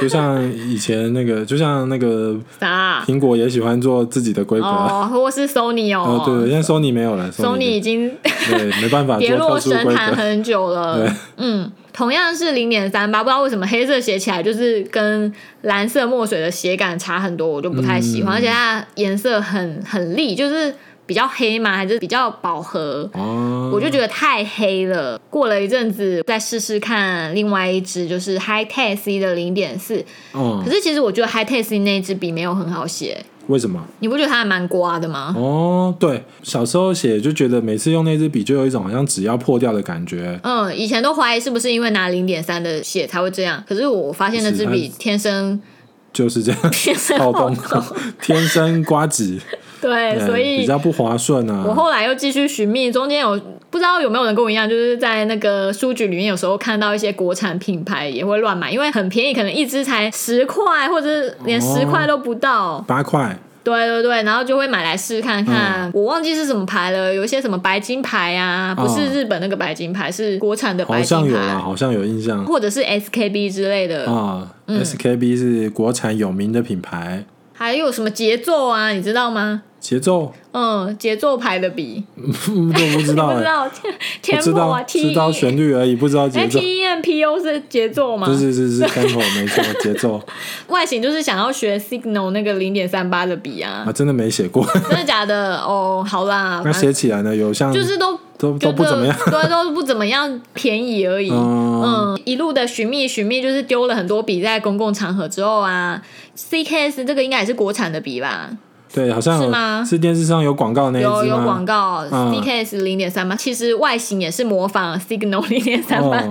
Speaker 1: 就像以前那个，就像那个
Speaker 2: 啥啊、
Speaker 1: 苹果也喜欢做自己的规格啊。
Speaker 2: 哦，或是 Sony
Speaker 1: 哦
Speaker 2: 哦，，
Speaker 1: 对对，现在 Sony 没有了
Speaker 2: s o n y 已经 [laughs]
Speaker 1: 对没办法做
Speaker 2: 跌落
Speaker 1: 特殊
Speaker 2: 神
Speaker 1: 规
Speaker 2: 坛
Speaker 1: 格。
Speaker 2: 很久了
Speaker 1: 对。
Speaker 2: 嗯，同样是零点三八，不知道为什么黑色写起来就是跟蓝色墨水的写感差很多，我就不太喜欢，
Speaker 1: 嗯
Speaker 2: 而且它颜色很很利，就是比较黑嘛，还是比较饱和。
Speaker 1: 哦，
Speaker 2: 我就觉得太黑了。过了一阵子，再试试看另外一支，就是 High t e C 的零点四。
Speaker 1: 嗯
Speaker 2: 可，是其实我觉得 High t e C 那一支笔没有很好写，
Speaker 1: 为什么？
Speaker 2: 你不觉得它还蛮刮的吗？
Speaker 1: [laughs] 哦，对，小时候写就觉得每次用那支笔就有一种好像纸要破掉的感觉。
Speaker 2: 嗯，以前都怀疑是不是因为拿零点三的写才会这样，可是我发现那支笔
Speaker 1: 是
Speaker 2: 天生 [laughs]
Speaker 1: 就是这样，
Speaker 2: 天生
Speaker 1: 好
Speaker 2: 厚 [laughs]
Speaker 1: 动，天生刮纸，
Speaker 2: 对，
Speaker 1: [laughs] 嗯
Speaker 2: 所
Speaker 1: 比
Speaker 2: 以
Speaker 1: 较不划算
Speaker 2: 我
Speaker 1: 啊。
Speaker 2: 后来又继续寻觅，中间有不知道有没有人跟我一样，就是在那个书局里面，有时候看到一些国产品牌也会乱买，因为很便宜，可能一支才十块，或者是连
Speaker 1: 哦
Speaker 2: 十块都不到。
Speaker 1: 八块，
Speaker 2: 对对对，然后就会买来
Speaker 1: 嗯
Speaker 2: 试看看。我忘记是什么牌了，有一些什么白金牌啊，不是
Speaker 1: 嗯
Speaker 2: 日本那个白金牌，是国产的
Speaker 1: 哦好
Speaker 2: 白
Speaker 1: 像
Speaker 2: 金
Speaker 1: 有
Speaker 2: 牌
Speaker 1: 啦，，好像有印象
Speaker 2: 或者是 SKB 之类的。
Speaker 1: 啊。SKB 是国产有名的品牌，
Speaker 2: 还有什么节奏啊？你知道吗？
Speaker 1: 节
Speaker 2: [laughs]
Speaker 1: 奏
Speaker 2: 嗯，节奏牌的笔，
Speaker 1: 嗯都不知道
Speaker 2: 不
Speaker 1: 哎，
Speaker 2: 知道
Speaker 1: 我
Speaker 2: [laughs] 天
Speaker 1: 知
Speaker 2: 幕啊
Speaker 1: 道
Speaker 2: ，T
Speaker 1: 知道
Speaker 2: E
Speaker 1: 旋律而已，不知道
Speaker 2: 哎
Speaker 1: 节奏。
Speaker 2: T E M P U 是节奏吗？
Speaker 1: 是是是是 tempo 没错，节奏
Speaker 2: 外形就是想要学 Signal 那个零点三八的笔啊
Speaker 1: [laughs] 啊，，真的没写
Speaker 2: [laughs]
Speaker 1: 过。
Speaker 2: 真的假的？哦，好啦，
Speaker 1: 那
Speaker 2: 反正
Speaker 1: 写起来呢，有像
Speaker 2: 就是都
Speaker 1: 都都
Speaker 2: 觉得
Speaker 1: 不怎么样。
Speaker 2: [laughs] 对，都不怎么样，便宜而已。
Speaker 1: 嗯
Speaker 2: 嗯，一路的寻觅寻觅，就是丢了很多笔在公共场合之后啊，CKS 这个应该也是国产的笔吧？
Speaker 1: 对，好像
Speaker 2: 是吗
Speaker 1: 有是电视上有广告那一
Speaker 2: 有
Speaker 1: 支
Speaker 2: 有
Speaker 1: 吗？
Speaker 2: 广告
Speaker 1: 嗯
Speaker 2: ，CKS 零点三八，其实外形也是模仿 Signal 零点三八
Speaker 1: 哦，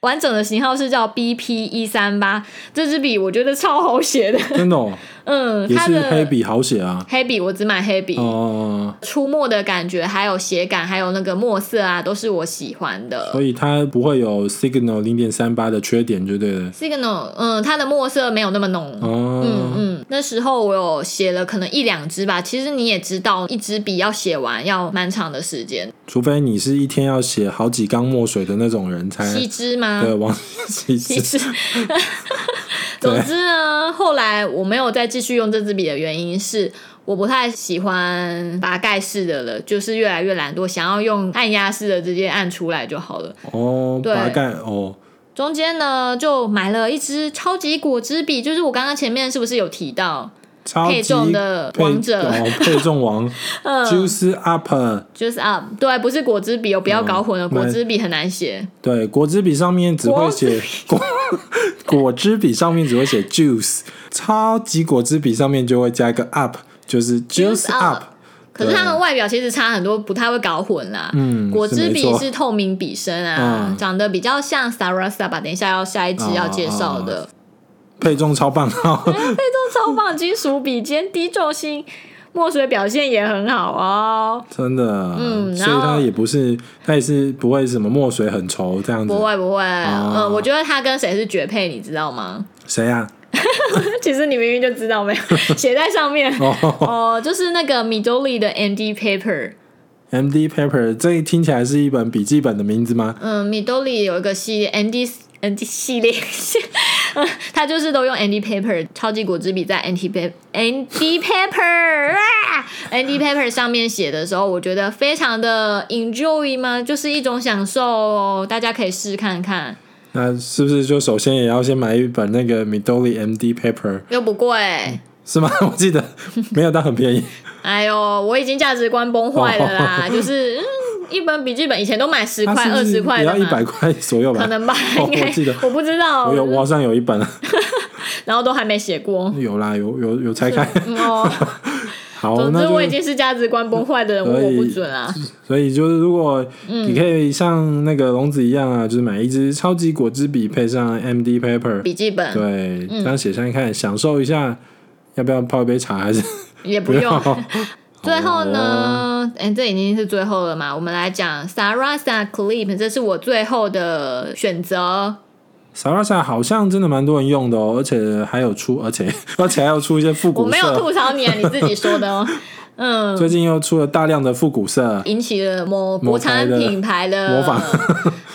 Speaker 2: 完整的型号是叫 BP 一三八，这支笔我觉得超好写的，
Speaker 1: 真的、哦、
Speaker 2: [laughs] 嗯，
Speaker 1: 也
Speaker 2: 它
Speaker 1: 是
Speaker 2: 的
Speaker 1: 黑笔好写啊。
Speaker 2: 黑笔我只买黑笔，
Speaker 1: 哦，
Speaker 2: 出墨的感觉，还有写感，还有那个墨色啊，都是我喜欢的。
Speaker 1: 所以它不会有 Signal 零点三八的缺点，就对了。
Speaker 2: Signal，嗯，它的墨色没有那么浓。
Speaker 1: 哦，
Speaker 2: 嗯嗯，那时候我有写了可能一两支吧。其实你也知道，一支笔要写完要蛮长的时间，
Speaker 1: 除非你是一天要写好几缸墨水的那种人才。
Speaker 2: 七支吗？
Speaker 1: 哎对，王其
Speaker 2: 七
Speaker 1: 实 [laughs]
Speaker 2: 支。总之呢，后来我没有再继续用这支笔的原因是，我不太喜欢拔盖式的了，就是越来越懒惰，想要用按压式的直接按出来就好了。
Speaker 1: 哦，
Speaker 2: 对
Speaker 1: 大概哦，
Speaker 2: 中间呢，就买了一支超级果汁笔，就是我刚刚前面是不是有提到？
Speaker 1: 超级
Speaker 2: 配重的
Speaker 1: 配
Speaker 2: 王者嗯
Speaker 1: 哦，配重
Speaker 2: [laughs]
Speaker 1: 王，Juice Up。
Speaker 2: 就是 up，对，不是果汁笔哦，不要搞混了，
Speaker 1: 嗯
Speaker 2: 果汁笔很难写。
Speaker 1: 对，果汁笔上面只会写果， [laughs] 果汁笔上面只会写 juice，超级果汁笔上面就会加一个 up，就是 juice
Speaker 2: Juice up
Speaker 1: up。
Speaker 2: 可是它们外表其实差很多，不太会搞混啦。
Speaker 1: 嗯
Speaker 2: 果汁
Speaker 1: 是没
Speaker 2: 笔
Speaker 1: 错
Speaker 2: 是透明笔身啊，
Speaker 1: 嗯
Speaker 2: 长得比较像 Sarasa 吧。等一下要下一支要介绍的，
Speaker 1: 配重超棒，哦
Speaker 2: 嗯这种超棒金属笔尖低重心，墨水表现也很好哦。
Speaker 1: [laughs] 真的。
Speaker 2: 嗯
Speaker 1: 所以
Speaker 2: 然
Speaker 1: 它
Speaker 2: 后
Speaker 1: 也不是，它也是不会什么墨水很稠这样子
Speaker 2: [laughs] 不。会不会，
Speaker 1: 哦
Speaker 2: 嗯，我觉得它跟谁是绝配，你知道吗？
Speaker 1: 谁啊呀、
Speaker 2: [laughs] 其实你明明就知道没有写在上 [laughs] 面。
Speaker 1: [laughs] 哦、
Speaker 2: 哦，就是那个米周利的 MD Paper，
Speaker 1: m d Paper，这听起来是一本笔记本的名字吗？
Speaker 2: 嗯，米周利有一个系列 MD MD 系列， [laughs] 嗯，他就是都用 MD Paper 超级果汁笔在 MD Paper MD Paper 啊 MD Paper 上面写的时候，我觉得非常的 enjoy 吗？就是一种享受哦，大家可以试看看，
Speaker 1: 那是不是就首先也要先买一本那个 Midori MD Paper
Speaker 2: 又不贵。
Speaker 1: 是吗？ [laughs] 我记得没有，但很便宜。
Speaker 2: 哎呦，我已经价值观崩坏了啦！就是、嗯、一本笔记本以前都买
Speaker 1: 哦
Speaker 2: 十
Speaker 1: 它
Speaker 2: 块、
Speaker 1: 是
Speaker 2: 二
Speaker 1: 不是
Speaker 2: 十块
Speaker 1: 也
Speaker 2: 的
Speaker 1: 要一
Speaker 2: 嘛
Speaker 1: 百，块左右吧？
Speaker 2: 可能吧，
Speaker 1: 哦
Speaker 2: 应该
Speaker 1: 我记得
Speaker 2: 我不知道
Speaker 1: 我，有，我好像有一本，
Speaker 2: 然后都还没写过。
Speaker 1: 有啦，有有有拆开。 [laughs]
Speaker 2: 嗯 [laughs] 哦，
Speaker 1: 好，
Speaker 2: 总
Speaker 1: 那
Speaker 2: 之
Speaker 1: 就
Speaker 2: 我已经是价值观崩坏的人，问我不准
Speaker 1: [laughs]
Speaker 2: 啊。
Speaker 1: 所以就是，如果
Speaker 2: 嗯
Speaker 1: 你可以像那个龙子一样啊，就是买一支超级果汁笔配上 MD paper，
Speaker 2: 笔嗯记本
Speaker 1: 对，这样写上看，享受一下。要不要泡一杯茶？还是
Speaker 2: 也不
Speaker 1: [laughs]
Speaker 2: 用。
Speaker 1: 要？
Speaker 2: 最后呢，哎、这已经是最后了嘛，我们来讲 Sarasa Clip，这是我最后的选择。
Speaker 1: 萨拉萨好像真的蛮多人用的哦，而且还有出，而且 [laughs] 而且还有出一些复
Speaker 2: 我
Speaker 1: 古
Speaker 2: 没有
Speaker 1: 色。
Speaker 2: 吐槽你啊，你自己说的哦。
Speaker 1: [laughs]
Speaker 2: 嗯，
Speaker 1: 最近又出了大量的复古色，
Speaker 2: 引起了某国产品牌的
Speaker 1: [laughs] 模仿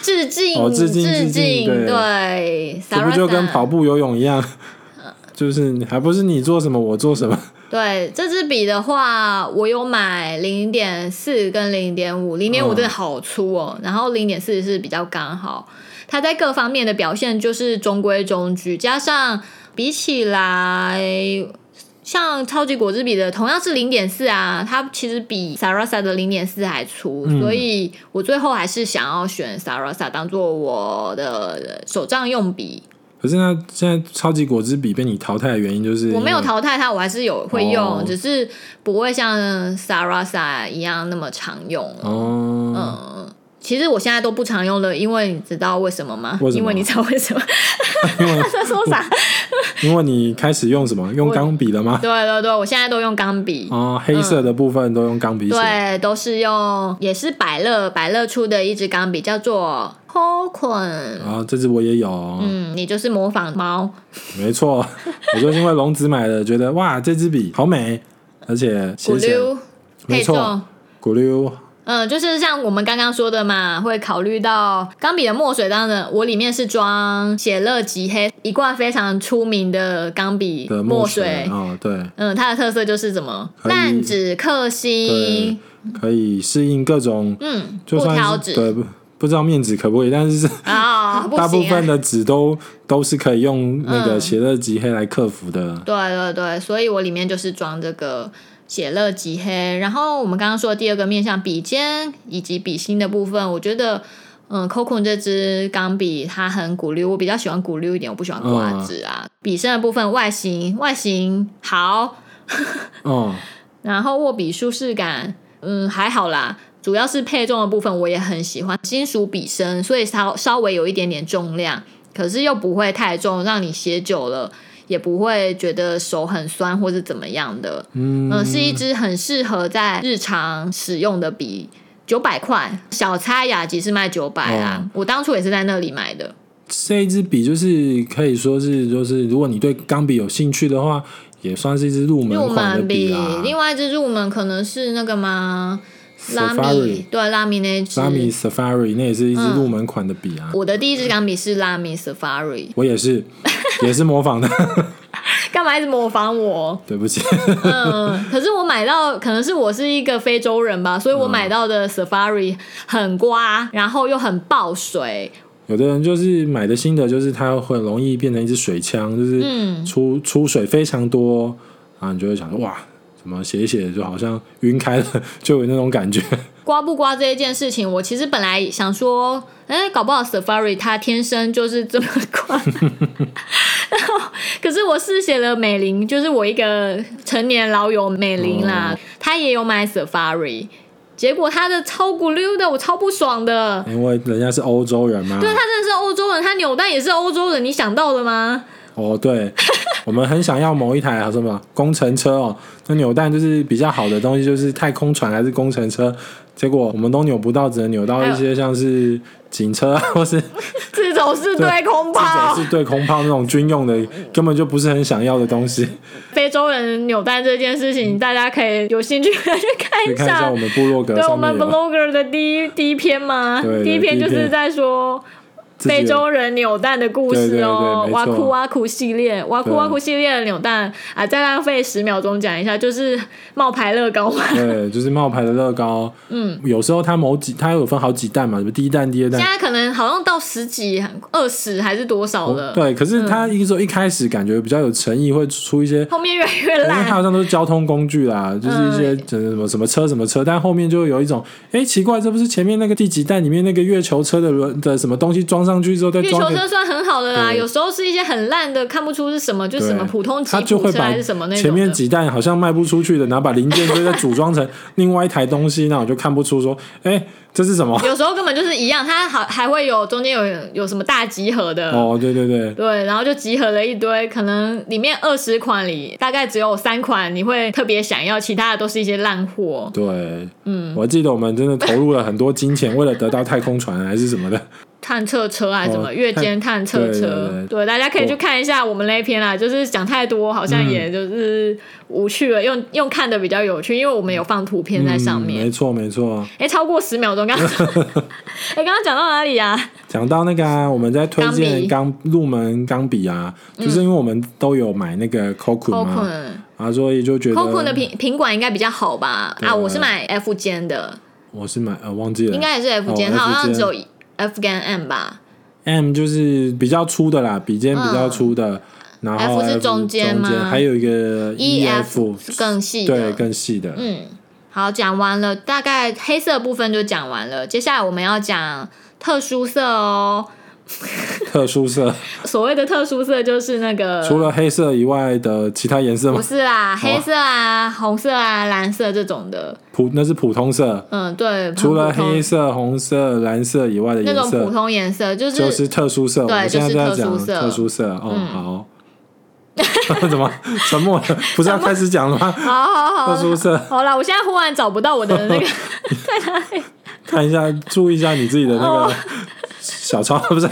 Speaker 2: 致敬，
Speaker 1: [laughs] 哦致敬
Speaker 2: 致
Speaker 1: 致敬对
Speaker 2: 对，
Speaker 1: 这不就跟
Speaker 2: Sarasa
Speaker 1: 跑步、游泳一样？ [laughs] 就是你还不是你做什么我做什么？
Speaker 2: 对这支笔的话，我有买零点四跟零点五，零点五
Speaker 1: 嗯
Speaker 2: 真的好粗哦，然后零点四是比较刚好。他在各方面的表现就是中规中矩，加上比起来。像超级果汁比的同样是零点四啊，它其实比 Sarasa 的零点四还粗，
Speaker 1: 嗯
Speaker 2: 所以我最后还是想要选 Sarasa 当做我的手账用笔。
Speaker 1: 可是呢，现在超级果汁笔被你淘汰的原因就是
Speaker 2: 我没有
Speaker 1: 因为
Speaker 2: 淘汰它，我还是有会用，
Speaker 1: 哦
Speaker 2: 只是不会像 Sarasa 一样那么常用了。
Speaker 1: 哦，
Speaker 2: 嗯，其实我现在都不常用了，因为你知道为什么吗？
Speaker 1: 为什么
Speaker 2: 因为你知道为什么？
Speaker 1: 因为
Speaker 2: [laughs] 他说啥？
Speaker 1: 因为你开始用什么？用
Speaker 2: 我
Speaker 1: 钢笔了吗？
Speaker 2: 对对对，我现在都用钢笔。
Speaker 1: 哦，黑色的部分都用钢笔写。
Speaker 2: 对，都是用，也是百乐百乐出的一支钢笔，叫做 p o k o n
Speaker 1: 然后哦这支我也有，
Speaker 2: 嗯，你就是模仿猫，
Speaker 1: 没
Speaker 2: [laughs]
Speaker 1: 错，我就是因为龙子买的，觉得哇，这支笔好美，而且写
Speaker 2: 咕
Speaker 1: 写
Speaker 2: 溜
Speaker 1: 没
Speaker 2: 配
Speaker 1: 错
Speaker 2: 重。
Speaker 1: 咕溜，
Speaker 2: 嗯，就是像我们刚刚说的嘛，会考虑到钢笔的墨水，当然我里面是装写乐极黑一罐非常出名的钢笔
Speaker 1: 的
Speaker 2: 墨
Speaker 1: 水啊、哦，对，
Speaker 2: 嗯，它的特色就是怎么
Speaker 1: 可以
Speaker 2: 烂纸
Speaker 1: 对
Speaker 2: 克星，
Speaker 1: 可以适应各种，
Speaker 2: 嗯，
Speaker 1: 就
Speaker 2: 不
Speaker 1: 算
Speaker 2: 挑
Speaker 1: 是
Speaker 2: 纸
Speaker 1: 对不不知道面纸可不可以，但是是
Speaker 2: 啊，不
Speaker 1: 大部
Speaker 2: 行啊
Speaker 1: 分。的纸都都是可以用那个
Speaker 2: 嗯
Speaker 1: 写乐极黑来克服的。
Speaker 2: 对对对，所以我里面就是装这个写乐极黑。然后我们刚刚说的第二个面向笔尖以及笔芯的部分，我觉得。嗯，Coco 这支钢笔它很鼓溜，我比较喜欢鼓溜一点，我不喜欢挂纸啊。笔身的部分外形外形好，
Speaker 1: 哦、
Speaker 2: 然后握笔舒适感，嗯，还好啦。主要是配重的部分我也很喜欢，金属笔身，所以稍稍微有一点点重量，可是又不会太重，让你写久了也不会觉得手很酸或是怎么样的。
Speaker 1: 嗯，
Speaker 2: 嗯，是一支很适合在日常使用的笔。九百块，小擦雅集是卖九百
Speaker 1: 哦
Speaker 2: 啦。我当初也是在那里买的。
Speaker 1: 这一支笔就是可以说是就是，如果你对钢笔有兴趣的话，也算是一支入门
Speaker 2: 入
Speaker 1: 款的啊
Speaker 2: 门笔
Speaker 1: 啦，。
Speaker 2: 另外一支入门可能是那个吗？拉米
Speaker 1: Safari，
Speaker 2: 对拉米那支。嗯
Speaker 1: 拉米 Safari 那也是一支入门款的笔啊，
Speaker 2: 我的第一支钢笔是拉米 Safari，
Speaker 1: 我也
Speaker 2: [laughs]
Speaker 1: 是，也是模仿的， [laughs]
Speaker 2: 干嘛一直模仿我？
Speaker 1: 对不起，
Speaker 2: 嗯，可是我买到，可能是我是一个非洲人吧，所以我买到的 Safari 很刮，然后又很爆水，
Speaker 1: 有的人就是买的新的，就是它很容易变成一支水枪，就是
Speaker 2: 嗯
Speaker 1: 出、出水非常多，然后你就会想说哇，怎么写一写就好像晕开了， [laughs] 就有那种感觉。
Speaker 2: 刮不刮这一件事情，我其实本来想说，哎、搞不好 Safari 它天生就是这么刮。 [laughs] 然后，可是我试写了美玲，就是我一个成年老友美玲啦，她也有买 Safari，结果她的超骨溜的，我超不爽的。
Speaker 1: 因为人家是欧洲人嘛，
Speaker 2: 对他真的是欧洲人，他扭蛋也是欧洲人，你想到了吗？
Speaker 1: 哦对，我们很想要某一台什么工程车哦，那扭蛋就是比较好的东西，就是太空船还是工程车，结果我们都扭不到，只能扭到一
Speaker 2: 还哦
Speaker 1: 些像是警车啊或是
Speaker 2: [laughs] 这种是对空
Speaker 1: 或
Speaker 2: 炮
Speaker 1: 者，是对空炮那种军用的，根本就不是很想要的东西。
Speaker 2: 非洲人扭蛋这件事情，大家可以有兴趣的去看
Speaker 1: 你
Speaker 2: 一
Speaker 1: 看一下
Speaker 2: 下
Speaker 1: 我。们部落格
Speaker 2: 对我
Speaker 1: 上
Speaker 2: 们
Speaker 1: 面有
Speaker 2: blogger 的第一第一篇嘛
Speaker 1: 对，对
Speaker 2: 第一篇就
Speaker 1: 第一篇
Speaker 2: 是在说
Speaker 1: 自己
Speaker 2: 非
Speaker 1: 有
Speaker 2: 洲人扭蛋的故事哦
Speaker 1: 对对对没，错
Speaker 2: 哇酷哇酷系列，哇酷哇酷系列的扭蛋啊，再浪费十秒钟讲一下，就是冒牌乐高嘛。
Speaker 1: 对，就是冒牌的乐高。
Speaker 2: [laughs]
Speaker 1: 嗯，有时候它某几，它有分好几弹嘛，什么第一弹、第二弹
Speaker 2: 现。在可能好像到十几、二十还是多少了，
Speaker 1: 哦
Speaker 2: 嗯
Speaker 1: 对，可是它一说一开始感觉比较有诚意，会出一些，
Speaker 2: 后面越来越
Speaker 1: 因为它
Speaker 2: 烂嗯
Speaker 1: 好。像都是交通工具啦，就是一些呃什么什么车什么车，但后面就有一种，哎，奇怪，这不是前面那个第几弹里面那个月球车的轮的什么东西装上去之后再
Speaker 2: 月
Speaker 1: 装
Speaker 2: 球
Speaker 1: 给
Speaker 2: 车算很好的啦，
Speaker 1: 对
Speaker 2: 有时候是一些很烂的，看不出是什么，就
Speaker 1: 对
Speaker 2: 是什么普通吉
Speaker 1: 他就
Speaker 2: 普
Speaker 1: 会
Speaker 2: 车
Speaker 1: 把
Speaker 2: 还是什么那种的。
Speaker 1: 前面几弹好像卖不出去的，然后把零件就再组装成 [laughs] 另外一台东西，那我就看不出说，哎，这是什
Speaker 2: [laughs]
Speaker 1: 么？
Speaker 2: 有时候根本就是一样，它好还会有中间有有什么大集合的。
Speaker 1: 哦，对对对，
Speaker 2: 对，然后就集合了一堆，可能里面二十款里大概只有三款你会特别想要，其他的都是一些烂货。
Speaker 1: 对，嗯，我记得我们真的投入了很多金钱，为了得到太空船还是什么的。
Speaker 2: 探测车还是什么、
Speaker 1: 哦
Speaker 2: 月间探测
Speaker 1: 对
Speaker 2: 车，
Speaker 1: 对对哦
Speaker 2: 大家可以去看一下我们那一篇啦。就是讲太多，好
Speaker 1: 嗯
Speaker 2: 像也就是无趣了，用用看的比较有趣，因为我们有放图片在上面。
Speaker 1: 嗯没错没错。
Speaker 2: 哎、超过十秒钟，刚刚，
Speaker 1: [laughs]
Speaker 2: 哎、刚刚讲到哪里啊？
Speaker 1: 讲到那个啊，我们在推荐钢入门钢笔啊，就是因为我们都有买那个 Coco 嘛，
Speaker 2: Cocoon，Cocoon
Speaker 1: 啊，所以就觉
Speaker 2: 的
Speaker 1: 得
Speaker 2: 品品管应该比较好吧？
Speaker 1: 啊
Speaker 2: 啊，我是买 F 间的，
Speaker 1: 我是买呃忘记了，
Speaker 2: 应该也是 F
Speaker 1: 哦
Speaker 2: 间，它好
Speaker 1: F
Speaker 2: 像
Speaker 1: 间
Speaker 2: 只有 F 跟 M 吧？
Speaker 1: M 就是比较粗的啦，笔尖比较粗的，然后
Speaker 2: 嗯 F 是中间
Speaker 1: 间
Speaker 2: 吗
Speaker 1: 还有一个
Speaker 2: E
Speaker 1: F 哦
Speaker 2: F 是更细的，
Speaker 1: 对更细的，
Speaker 2: 嗯，好，讲完了，大概黑色部分就讲完了。接下来我们要讲特殊色哦。
Speaker 1: 特殊色，
Speaker 2: 所谓的特殊色就是那个，
Speaker 1: 除了黑色以外的其他颜色
Speaker 2: 不
Speaker 1: 吗？
Speaker 2: 是啦，
Speaker 1: 啊
Speaker 2: 黑色啊、红色啊、蓝色这种的。
Speaker 1: 普那是普通色，
Speaker 2: 嗯，对，很
Speaker 1: 除了
Speaker 2: 普通
Speaker 1: 黑色、红色、蓝色以外的
Speaker 2: 那
Speaker 1: 颜
Speaker 2: 种普
Speaker 1: 色
Speaker 2: 通颜色，嗯就是、
Speaker 1: 就是特殊色。我
Speaker 2: 对
Speaker 1: 们现在
Speaker 2: 就是
Speaker 1: 在
Speaker 2: 特殊
Speaker 1: 讲
Speaker 2: 色
Speaker 1: 特殊色，哦，
Speaker 2: 嗯
Speaker 1: 好。 [laughs] 怎么沉默了？不是要开始讲了吗？
Speaker 2: 好好好
Speaker 1: 特殊色，
Speaker 2: 好啦，我现在忽然找不到我的那个在哪里。
Speaker 1: 看一下，注意一下你自己的那
Speaker 2: 哦
Speaker 1: 个 [laughs] 小抄，不是？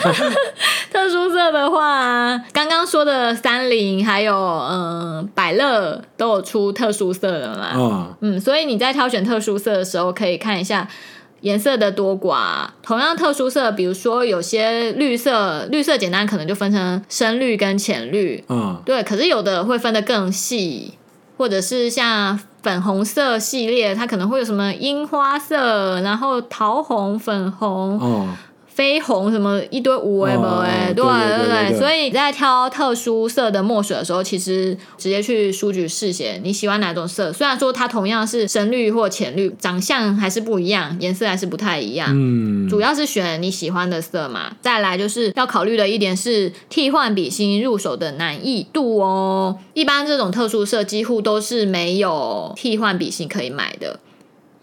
Speaker 2: 特殊色的话，刚刚说的三菱还有嗯百乐都有出特殊色的嘛。
Speaker 1: 嗯，
Speaker 2: 嗯，所以你在挑选特殊色的时候，可以看一下颜色的多寡。同样特殊色，比如说有些绿色，绿色简单可能就分成深绿跟浅绿，
Speaker 1: 嗯，
Speaker 2: 对。可是有的会分得更细，或者是像粉红色系列，它可能会有什么樱花色，然后桃红、粉红、
Speaker 1: 哦，
Speaker 2: 绯红什么一堆五维
Speaker 1: 哦
Speaker 2: 么哎，
Speaker 1: 对对
Speaker 2: 对
Speaker 1: 对对对
Speaker 2: 所以你在挑特殊色的墨水的时候，其实直接去书局试写你喜欢哪种色。虽然说它同样是深绿或浅绿，长相还是不一样，颜色还是不太一样。
Speaker 1: 嗯，
Speaker 2: 主要是选你喜欢的色嘛，再来就是要考虑的一点是替换笔芯入手的难易度哦。一般这种特殊色几乎都是没有替换笔芯可以买的。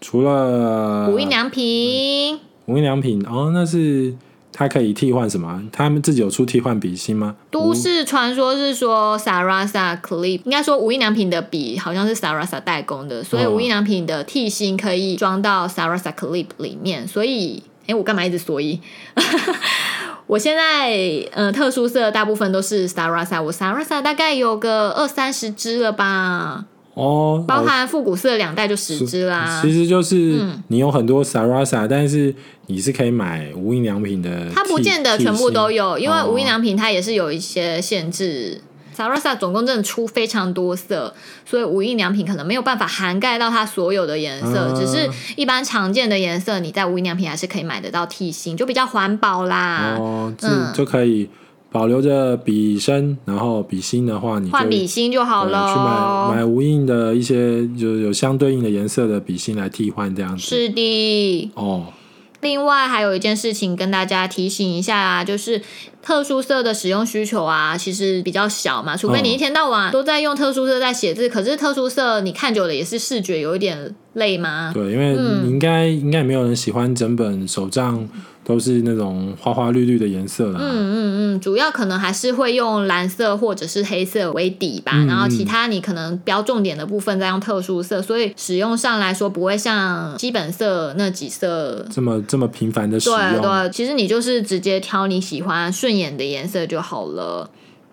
Speaker 1: 除了
Speaker 2: 无印良品，
Speaker 1: 无印良品哦，那是它可以替换什么？他们自己有出替换笔芯吗？
Speaker 2: 都市传说是说 Sarasa Clip，应该说无印良品的笔好像是 Sarasa 代工的，所以
Speaker 1: 哦
Speaker 2: 无印良品的替芯可以装到 Sarasa Clip 里面。所以，诶，我干嘛一直 [laughs] 所以？我现在呃，特殊色大部分都是 Sarasa，我 Sarasa 大概有个二三十支了吧，
Speaker 1: 哦，
Speaker 2: 包
Speaker 1: 哦
Speaker 2: 含复古色两袋就十支啦嗯
Speaker 1: 其。实就是你有很多 Sarasa，、但是你是可以买无印良品的替，
Speaker 2: 它不见得全部都
Speaker 1: 有
Speaker 2: 有，因为
Speaker 1: 哦
Speaker 2: 无印良品它也是有一些限制。Sarasa 总共真的出非常多色，所以无印良品可能没有办法涵盖到它所有的颜色，
Speaker 1: 啊
Speaker 2: 只是一般常见的颜色你在无印良品还是可以买得到替芯，就比较环保啦。
Speaker 1: 哦，这、
Speaker 2: 嗯
Speaker 1: 就可以保留着笔身，然后笔芯的话，你就
Speaker 2: 换笔芯就好
Speaker 1: 对去买
Speaker 2: 喽。
Speaker 1: 买无印的一些就有相对应的颜色的笔芯来替换这样子。
Speaker 2: 是的，
Speaker 1: 哦，
Speaker 2: 另外还有一件事情跟大家提醒一下啊，就是特殊色的使用需求啊，其实比较小嘛，除非你一天到晚都在用特殊色在写字，可是特殊色你看久了也是视觉有一点累嘛。
Speaker 1: 对，因为你应该、
Speaker 2: 嗯
Speaker 1: 应该也没有人喜欢整本手账都是那种花花绿绿的颜色啦。
Speaker 2: 嗯嗯嗯，主要可能还是会用蓝色或者是黑色为底吧，
Speaker 1: 嗯
Speaker 2: 然后其
Speaker 1: 嗯
Speaker 2: 他你可能标重点的部分再用特殊色，所以使用上来说不会像基本色那几色
Speaker 1: 这么这么频繁的使
Speaker 2: 对
Speaker 1: 用，
Speaker 2: 对，其实你就是直接挑你喜欢顺眼的颜色就好了。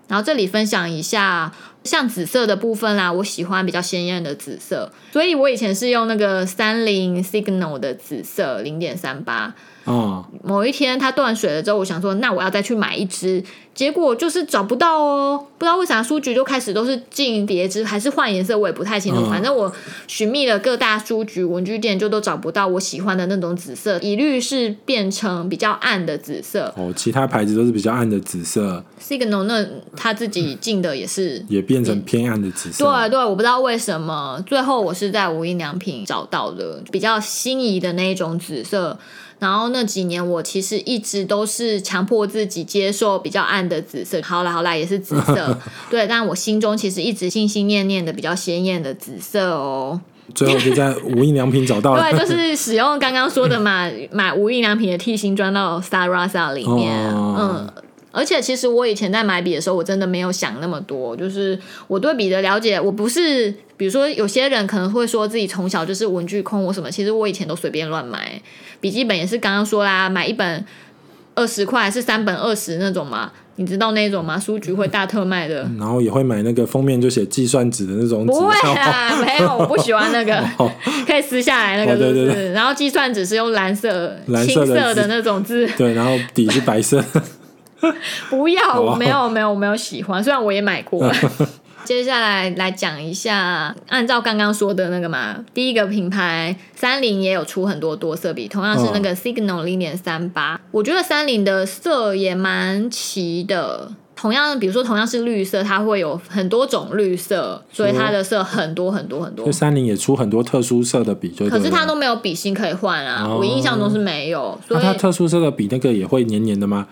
Speaker 2: 然后这里分享一下，像紫色的部分啦，我喜欢比较鲜艳的紫色，所以我以前是用那个三菱 Signal 的紫色零点三八。
Speaker 1: 哦，
Speaker 2: 某一天它断水了之后，我想说，那我要再去买一支，结果就是找不到哦，不知道为啥书局就开始都是进叠支还是换颜色，我也不太清楚。
Speaker 1: 嗯
Speaker 2: 反正我寻觅了各大书局、文具店，就都找不到我喜欢的那种紫色，一律是变成比较暗的紫色。
Speaker 1: 哦，其他牌子都是比较暗的紫色，
Speaker 2: Signal 那他自己进的也是。
Speaker 1: 也变成偏暗的紫色。
Speaker 2: 对对，我不知道为什么，最后我是在无印良品找到的比较心仪的那一种紫色。然后那几年我其实一直都是强迫自己接受比较暗的紫色，好啦好啦，也是紫色，对，但我心中其实一直心心念念的比较鲜艳的紫色哦。
Speaker 1: 最后就在无印良品找到了。
Speaker 2: [laughs] 对，就是使用刚刚说的嘛，买无印良品的替芯装到 Sarasa 里面，
Speaker 1: 哦
Speaker 2: 嗯。而且其实我以前在买笔的时候，我真的没有想那么多。就是我对笔的了解，我不是比如说有些人可能会说自己从小就是文具控，我什么，其实我以前都随便乱买。笔记本也是刚刚说啦，买一本二十块，还是三本二十那种嘛，你知道那种吗？书局会大特卖的。
Speaker 1: 然后也会买那个封面就写计算纸的那种纸
Speaker 2: 不会
Speaker 1: 票，
Speaker 2: 啊，没有，我不喜欢
Speaker 1: [laughs]
Speaker 2: 那个，可以撕下来那个，
Speaker 1: 哦
Speaker 2: 是
Speaker 1: 对
Speaker 2: 不
Speaker 1: 对
Speaker 2: 是？
Speaker 1: 对
Speaker 2: 然后计算纸是用蓝色、
Speaker 1: 蓝
Speaker 2: 青
Speaker 1: 色的
Speaker 2: 色的
Speaker 1: 字
Speaker 2: 那种字，
Speaker 1: [laughs] 对，然后底是白色， [laughs]
Speaker 2: 不要，
Speaker 1: 哦 [laughs]
Speaker 2: 我没有，没有，没有喜欢。虽然我也买过，接下来来讲一下，按照刚刚说的那个嘛，第一个品牌三菱也有出很多多色笔，同样是那
Speaker 1: 嗯
Speaker 2: 个 Signal 零点三八，我觉得三菱的色也蛮齐的。同样，比如说同样是绿色，它会有很多种绿色，所以它的色很多很多很多
Speaker 1: 就。三菱也出很多特殊色的笔，就对
Speaker 2: 可是它
Speaker 1: 了
Speaker 2: 都没有笔芯可以换啊，
Speaker 1: 哦
Speaker 2: 我印象中是没有，所
Speaker 1: 那
Speaker 2: 以
Speaker 1: 它特殊色的笔那个也会黏黏的吗？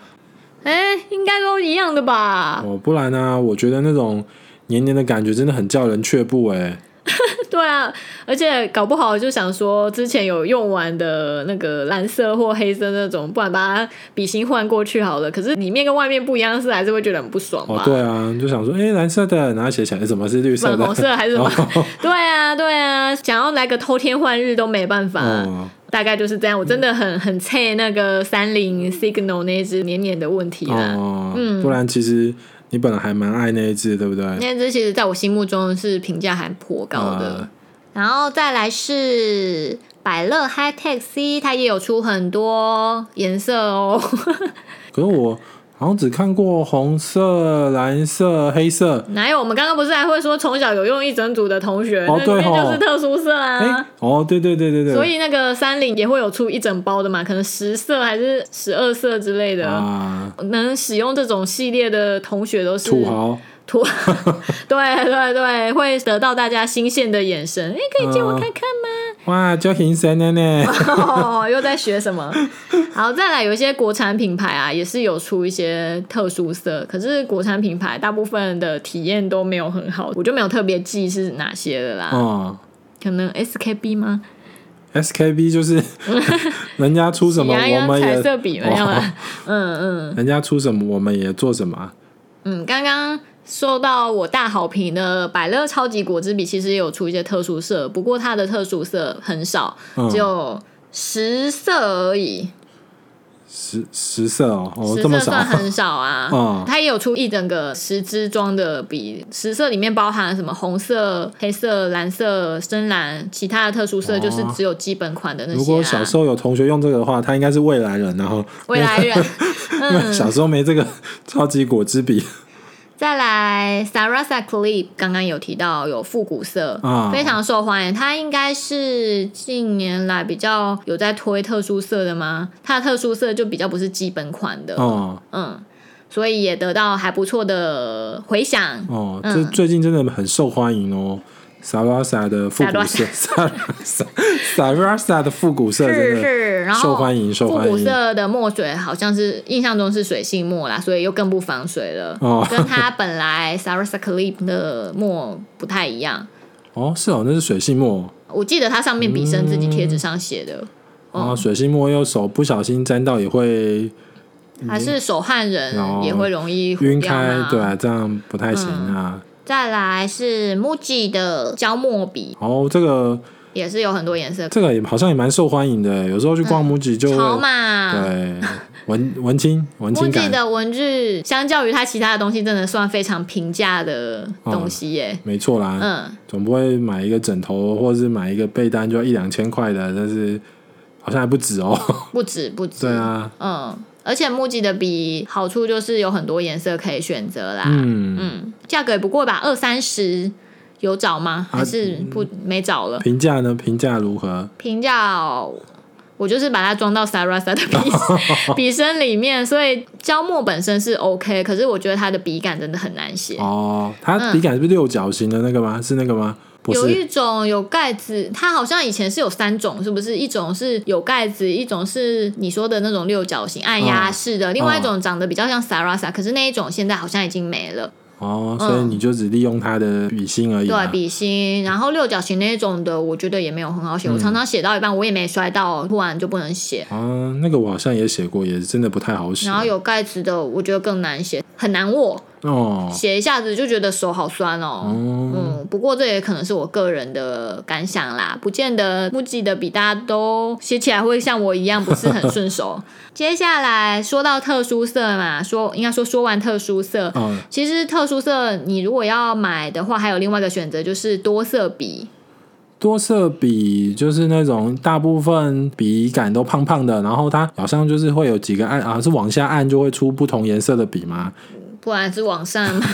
Speaker 2: 哎、应该都一样的吧？
Speaker 1: 哦，不然呢、我觉得那种黏黏的感觉真的很叫人却步哎、
Speaker 2: [laughs] 对啊，而且搞不好就想说，之前有用完的那个蓝色或黑色那种，不然把它笔芯换过去好了。可是里面跟外面不一样色，还是会觉得很不爽吧？
Speaker 1: 哦，对啊，就想说，哎、蓝色的，然后写起来诶怎么是绿色
Speaker 2: 粉
Speaker 1: 的？哦
Speaker 2: 红色还是什么？ [laughs] 对啊，对啊，想要来个偷天换日都没 [laughs] 办
Speaker 1: [laughs]
Speaker 2: 法。
Speaker 1: 哦，
Speaker 2: 大概就是这样，我真的很很菜那个三菱 Signal 那一只黏黏的问题啦。
Speaker 1: 哦，
Speaker 2: 嗯
Speaker 1: 不然其实你本来还蛮爱那一只，对不对？
Speaker 2: 那只其实在我心目中是评价还颇高的。
Speaker 1: 啊
Speaker 2: 然后再来是百乐 High Tech C，它也有出很多颜色哦。 [laughs]
Speaker 1: 可是我好像只看过红色、蓝色、黑色。
Speaker 2: 哪有？我们刚刚不是还会说从小有用一整组的同学，
Speaker 1: 哦
Speaker 2: 那
Speaker 1: 对
Speaker 2: 里面
Speaker 1: 哦
Speaker 2: 就是特殊色
Speaker 1: 哎、
Speaker 2: 啊。
Speaker 1: 哦，对对对对对，
Speaker 2: 所以那个三菱也会有出一整包的嘛，可能十色还是十二色之类的。
Speaker 1: 啊，
Speaker 2: 能使用这种系列的同学都是
Speaker 1: 土豪
Speaker 2: 土， [laughs] 对对对，会得到大家新鲜的眼神。哎，可以借我
Speaker 1: 嗯
Speaker 2: 看看吗？
Speaker 1: 哇，叫银神的呢，
Speaker 2: [laughs] 哦，又在学
Speaker 1: [laughs]
Speaker 2: 什么？好，再来有一些国产品牌啊，也是有出一些特殊色，可是国产品牌大部分的体验都没有很好，我就没有特别记是哪些了啦。
Speaker 1: 哦。
Speaker 2: 可能 SKB 吗？
Speaker 1: SKB 就是
Speaker 2: [laughs]
Speaker 1: 人家出什么
Speaker 2: 喜羊
Speaker 1: 我们
Speaker 2: 羊
Speaker 1: 也
Speaker 2: 彩色笔没有
Speaker 1: 哦
Speaker 2: 啦。嗯嗯
Speaker 1: 人家出什么我们也做什么啊。
Speaker 2: 嗯，刚刚。受到我大好评的百乐超级果汁笔，其实也有出一些特殊色，不过它的特殊色很少，
Speaker 1: 嗯
Speaker 2: 只有十色而已。
Speaker 1: 十十色哦，哦
Speaker 2: 十
Speaker 1: 这么
Speaker 2: 色
Speaker 1: 少 [laughs]
Speaker 2: 算很少啊，
Speaker 1: 嗯
Speaker 2: 它也有出一整个十支装的笔，十色里面包含什么红色、黑色、蓝色、深蓝，其他的特殊色就是只有基本款的那些、啊。
Speaker 1: 哦如果小时候有同学用这个的话，他应该是未来人，啊然
Speaker 2: [laughs]
Speaker 1: 后
Speaker 2: 未来
Speaker 1: [laughs]
Speaker 2: 人，嗯
Speaker 1: 小时候没这个超级果汁笔
Speaker 2: 再来 Sarasa Clip，刚刚有提到有复古色，
Speaker 1: 啊
Speaker 2: 非常受欢迎。它应该是近年来比较有在推特殊色的吗？它的特殊色就比较不是基本款的，
Speaker 1: 哦
Speaker 2: 嗯，所以也得到还不错的回响。
Speaker 1: 哦，这
Speaker 2: 嗯
Speaker 1: 最近真的很受欢迎哦。萨拉萨的复古色，萨拉萨萨拉萨的复古色真
Speaker 2: 是
Speaker 1: 的
Speaker 2: 是，然后
Speaker 1: 受欢迎受
Speaker 2: 复
Speaker 1: 欢迎
Speaker 2: 古色的墨水好像是印象中是水性墨啦，所以又更不防水了，
Speaker 1: 哦
Speaker 2: 跟它本来 Sarasa Clip 的墨不太一样。
Speaker 1: 哦，是哦，那是水性墨
Speaker 2: 我记得它上面笔身自己贴纸上写的，
Speaker 1: 哦，水性墨用手不小心沾到也会
Speaker 2: 还是手汗人
Speaker 1: 哦
Speaker 2: 也会容易
Speaker 1: 嗯
Speaker 2: 糊
Speaker 1: 晕
Speaker 2: 掉嗯
Speaker 1: 开
Speaker 2: 嘛，
Speaker 1: 对啊，这样不太行啊。
Speaker 2: 再来是 MUJI 的胶墨笔，
Speaker 1: 哦，这个
Speaker 2: 也是有很多颜色，
Speaker 1: 这个也好像也蛮受欢迎的，欸有时候去
Speaker 2: 嗯
Speaker 1: 逛母集就会
Speaker 2: 潮嘛。
Speaker 1: 对，文文青文青
Speaker 2: MUJI
Speaker 1: 感，
Speaker 2: 啊的文具相较于它其他的东西，真的算非常平价的东西耶。
Speaker 1: 没错啦，
Speaker 2: 嗯，
Speaker 1: 总不会买一个枕头或者是买一个被单就要一两千块的，但是好像还不止哦。 [laughs]
Speaker 2: 不止不止，
Speaker 1: 对啊，
Speaker 2: 嗯，而且木吉的笔好处就是有很多颜色可以选择啦，
Speaker 1: 嗯，
Speaker 2: 嗯，价格也不贵吧，二三十有找吗？
Speaker 1: 啊
Speaker 2: 还是
Speaker 1: 嗯
Speaker 2: 不、没找了？
Speaker 1: 评价呢？评价如何？
Speaker 2: 评价哦、我就是把它装到 Sarasa 的
Speaker 1: [laughs]
Speaker 2: 笔笔身里面，所以胶墨本身是 OK，可是我觉得它的笔感真的很难写。
Speaker 1: 哦，
Speaker 2: 嗯
Speaker 1: 它笔杆是不是六角形的那个吗？是那个吗？不
Speaker 2: 有
Speaker 1: 是，
Speaker 2: 一种有盖子，它好像以前是有三种，是不是？一种是有盖子，一种是你说的那种六角形按
Speaker 1: 哦
Speaker 2: 压式的，另外一种长得比较像 Sarasa，、可是那一种现在好像已经没了。
Speaker 1: 哦，所以你就只利用它的笔芯而已
Speaker 2: 嗯对
Speaker 1: 啊。
Speaker 2: 笔芯，然后六角形那一种的，我觉得也没有很好写。我常常写到一半，我也没摔到，突然就不能写。
Speaker 1: 啊，那个我好像也写过，也真的不太好写
Speaker 2: 然。后有盖子的，我觉得更难写，很难握，
Speaker 1: 哦，
Speaker 2: 写一下子就觉得手好酸哦。
Speaker 1: 哦，
Speaker 2: 嗯，不过这也可能是我个人的感想啦，不见得木吉的笔大家都写起来会像我一样不是很顺手。接下来说到特殊色嘛，说应该说说完特殊色，
Speaker 1: 嗯
Speaker 2: 其实特殊色你如果要买的话，还有另外一个选择就是多色笔。
Speaker 1: 多色笔就是那种大部分笔杆都胖胖的，然后它好像就是会有几个按啊，是往下按就会出不同颜色的笔吗？ [laughs]
Speaker 2: 不然是往上嘛，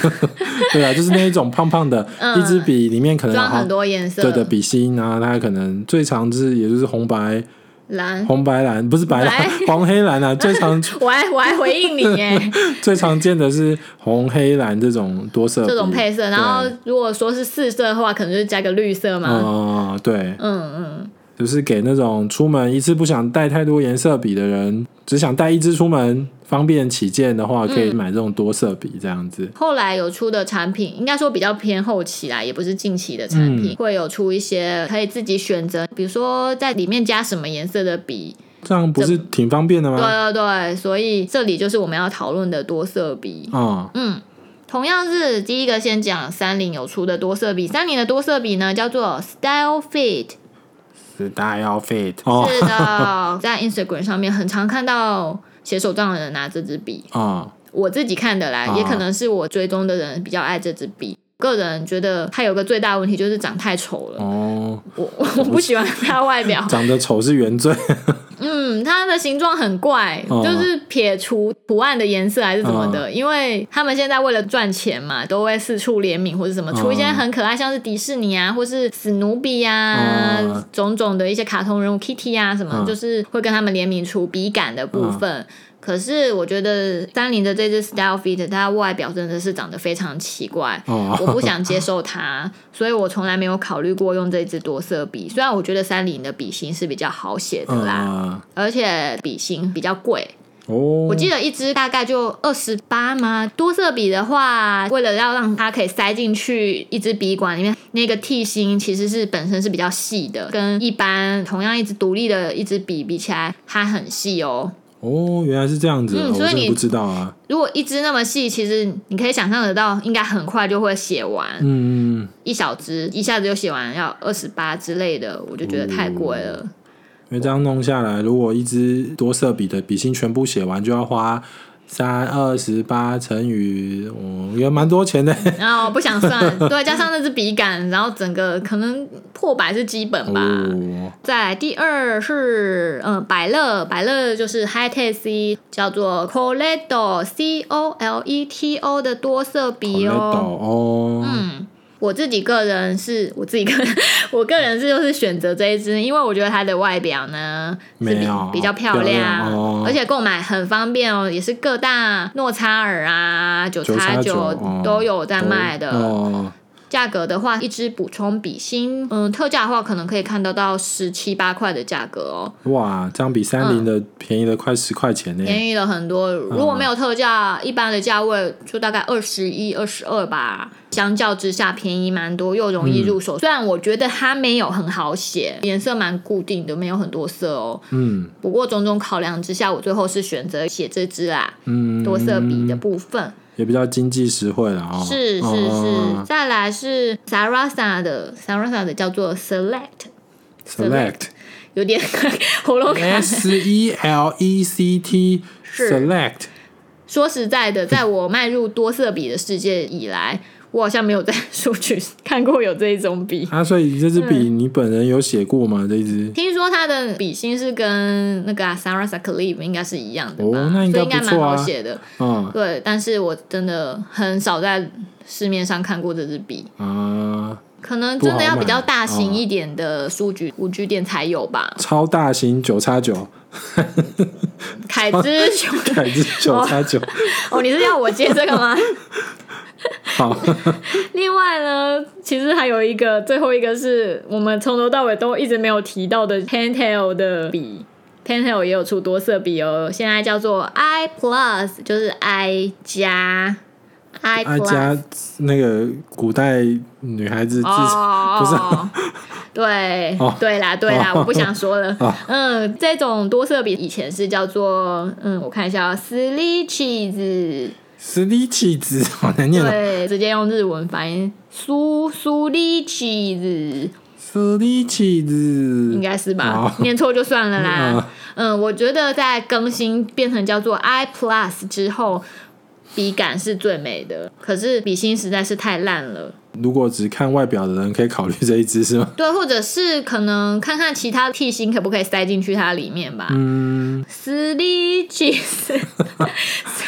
Speaker 1: 对啊，就是那一种胖胖的，
Speaker 2: 嗯
Speaker 1: 一支笔里面可能有
Speaker 2: 装
Speaker 1: 好
Speaker 2: 很多颜色，
Speaker 1: 啊对的笔芯啊，它可能最常是也就是红白
Speaker 2: 蓝。
Speaker 1: 红白蓝，不是白蓝
Speaker 2: 嗯
Speaker 1: [laughs]
Speaker 2: 白
Speaker 1: 黄黑蓝啊，最常
Speaker 2: 我还我还回应你
Speaker 1: [laughs]
Speaker 2: 耶，
Speaker 1: 最常见的是红黑蓝这种多色笔
Speaker 2: 这种配色。然后
Speaker 1: 对
Speaker 2: 如果说是四色的话，可能就是加个绿色嘛。
Speaker 1: 啊、对，
Speaker 2: 嗯嗯，
Speaker 1: 就是给那种出门一次不想带太多颜色笔的人，只想带一支出门方便起见的话，
Speaker 2: 嗯
Speaker 1: 可以买这种多色笔这样子。
Speaker 2: 后来有出的产品，应该说比较偏后期啦，也不是近期的产
Speaker 1: 嗯
Speaker 2: 品，会有出一些可以自己选择，比如说在里面加什么颜色的笔。
Speaker 1: 这样不是挺方便的
Speaker 2: 对
Speaker 1: 吗？
Speaker 2: 对对，所以这里就是我们要讨论的多色笔。
Speaker 1: 啊、
Speaker 2: 嗯，同样是第一个先讲三菱有出的多色笔，三菱的多色笔呢叫做 Style Fit，
Speaker 1: 是 style fit 哦
Speaker 2: 是的， [laughs] 在 Instagram 上面很常看到写手账的人拿这支笔，
Speaker 1: 啊、
Speaker 2: 我自己看的啦，
Speaker 1: 啊
Speaker 2: 也可能是我追踪的人比较爱这支笔。个人觉得它有个最大问题就是长太丑了，
Speaker 1: 哦，
Speaker 2: 我我我不喜欢它外表，
Speaker 1: 长得丑是原罪
Speaker 2: 嗯，它的形状很怪，
Speaker 1: 哦嗯
Speaker 2: 就是撇除图案的颜色还是什么的，因为他们现在为了赚钱嘛，都会四处联名或者什么，出一些
Speaker 1: 嗯
Speaker 2: 很可爱，像是迪士尼啊，或是史努比啊，
Speaker 1: 嗯
Speaker 2: 种种的一些卡通人物 Kitty 啊什么，
Speaker 1: 嗯
Speaker 2: 就是会跟他们联名出笔杆的部分。可是我觉得三菱的这只 Style Fit，它外表真的是长得非常奇怪，
Speaker 1: 哦
Speaker 2: 我不想接受它， [laughs] 所以我从来没有考虑过用这支多色笔。虽然我觉得三菱的笔芯是比较好写的啦，
Speaker 1: 啊、
Speaker 2: 而且笔芯比较贵，
Speaker 1: 哦，
Speaker 2: 我记得一支大概就二十八吗？多色笔的话，为了要让它可以塞进去一支笔管里面，那个替芯其实是本身是比较细的，跟一般同样一支独立的一支笔比起来，它很细哦。
Speaker 1: 哦，原来是这样子，
Speaker 2: 嗯
Speaker 1: 哦我
Speaker 2: 所以
Speaker 1: 真的
Speaker 2: 你
Speaker 1: 不知道啊，
Speaker 2: 如果一支那么细，其实你可以想象得到，应该很快就会写完。
Speaker 1: 嗯，
Speaker 2: 一小支一下子就写完，要二十八之类的，我就觉得太贵了。
Speaker 1: 因为这样弄下来，如果一支多色笔的笔芯全部写完，就要花三二十八乘以，哦，也蛮多钱的。
Speaker 2: 然后不想算，对，加上那支笔杆，然后整个可能破百是基本吧。
Speaker 1: 哦，
Speaker 2: 再来第二是嗯，百乐，百乐就是 High Tech 叫做 Coleto C O L E T O 的多色
Speaker 1: 好
Speaker 2: 笔
Speaker 1: 累
Speaker 2: 哦。
Speaker 1: 哦，
Speaker 2: 嗯，我自己个人是我自己个人， [laughs] 我个人是就是选择这一支，因为我觉得它的外表呢是
Speaker 1: 没
Speaker 2: 比
Speaker 1: 有
Speaker 2: 比较漂
Speaker 1: 啊漂亮哦
Speaker 2: 而且购买很方便哦，也是各大诺查尔啊、九
Speaker 1: 九叉
Speaker 2: 叉
Speaker 1: 九
Speaker 2: 九
Speaker 1: 哦
Speaker 2: 都有在卖的。
Speaker 1: 哦，
Speaker 2: 价格的话，一支补充笔芯，嗯，特价的话可能可以看得到十七八块的价格哦，
Speaker 1: 哇，这样比三菱的便宜了快十块钱呢。
Speaker 2: 嗯便宜了很多。
Speaker 1: 嗯
Speaker 2: 如果没有特价，一般的价位就大概二十一、二十二吧，相较之下便宜蛮多，又容易入
Speaker 1: 嗯
Speaker 2: 手。虽然我觉得它没有很好写，颜色蛮固定的，没有很多色哦。
Speaker 1: 嗯
Speaker 2: 不过种种考量之下，我最后是选择写这支啦，
Speaker 1: 嗯，
Speaker 2: 多色笔的部分。
Speaker 1: 也比较经济实惠了哦。
Speaker 2: 是是是，
Speaker 1: 哦
Speaker 2: 再来是 Sarasa 的 Sarasa 的叫做 Select。
Speaker 1: ，select
Speaker 2: 有点 [laughs] 喉咙卡。
Speaker 1: S E L E C T
Speaker 2: 是
Speaker 1: select
Speaker 2: 说实
Speaker 1: [laughs]
Speaker 2: 在的，在我迈入多色笔的世界以来，我好像没有在书局 [laughs] 看过有这一种笔。
Speaker 1: 啊，所以这支笔
Speaker 2: 嗯
Speaker 1: 你本人有写过吗？这一支
Speaker 2: 听说它的笔芯是跟那个、啊、Sarasa Clip 应该是一样的吧，
Speaker 1: 哦那应
Speaker 2: 所
Speaker 1: 该
Speaker 2: 以应该
Speaker 1: 不
Speaker 2: 蛮
Speaker 1: 错啊
Speaker 2: 好写的。
Speaker 1: 啊
Speaker 2: 对，但是我真的很少在市面上看过这支笔，
Speaker 1: 啊，
Speaker 2: 可能真的要比较大
Speaker 1: 不好哦
Speaker 2: 型
Speaker 1: 买
Speaker 2: 一点的书局、文具店才有吧。
Speaker 1: 超大型九叉九，
Speaker 2: 凯之
Speaker 1: [laughs]
Speaker 2: 熊，
Speaker 1: 凯之九叉九，
Speaker 2: 哦，你是要我接这个吗？哦 [laughs]
Speaker 1: 好，
Speaker 2: 另外呢，其实还有一个，最后一个是我们从头到尾都一直没有提到的 Pentel 的笔，Pentel 也有出多色笔哦，现在叫做 I Plus，就是 I 加 I
Speaker 1: 爱
Speaker 2: Plus
Speaker 1: 家啊那个古代女孩子自不是
Speaker 2: 哦。 [laughs] 对、
Speaker 1: 哦
Speaker 2: 对啦，对啦，
Speaker 1: 哦
Speaker 2: 我不想说了。
Speaker 1: 哦
Speaker 2: 嗯，这种多色笔以前是叫做，嗯，我看一下、哦、，Silly Cheese，
Speaker 1: 史力气子，好难念哦，
Speaker 2: 对，直接用日文发音，苏苏力 cheese，
Speaker 1: 史力气子，
Speaker 2: 应该是吧
Speaker 1: 哦？
Speaker 2: [laughs] 念错就算了啦
Speaker 1: 嗯。
Speaker 2: 嗯，我觉得在更新变成叫做 i plus 之后，笔感是最美的，可是笔芯实在是太烂了。
Speaker 1: 如果只看外表的人，可以考虑这一支是吗？
Speaker 2: 对，或者是可能看看其他替芯可不可以塞进去它里面吧。
Speaker 1: 嗯，
Speaker 2: s l e e [laughs] cheese，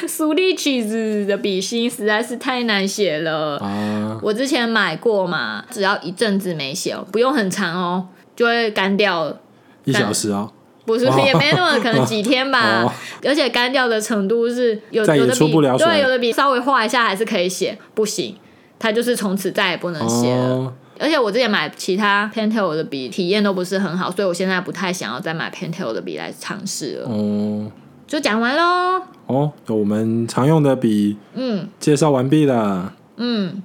Speaker 2: 苏力 cheese 的笔芯实在是太难写了。
Speaker 1: 啊，
Speaker 2: 我之前买过嘛，只要一阵子没写哦，不用很长哦，就会干掉了。
Speaker 1: 一小时哦，
Speaker 2: 不是，
Speaker 1: 哦
Speaker 2: 也没那么可能几天吧，
Speaker 1: 哦
Speaker 2: 而且干掉的程度是有
Speaker 1: 再也
Speaker 2: 有的
Speaker 1: 出
Speaker 2: 笔
Speaker 1: 不了水
Speaker 2: 对，有的笔稍微画一下还是可以写，不行，它就是从此再也不能写了。
Speaker 1: 哦，
Speaker 2: 而且我之前买其他 Pentel 的笔体验都不是很好，所以我现在不太想要再买 Pentel 的笔来尝试了。
Speaker 1: 哦，
Speaker 2: 就讲完喽，
Speaker 1: 哦，我们常用的笔
Speaker 2: 嗯
Speaker 1: 介绍完毕了。
Speaker 2: 嗯，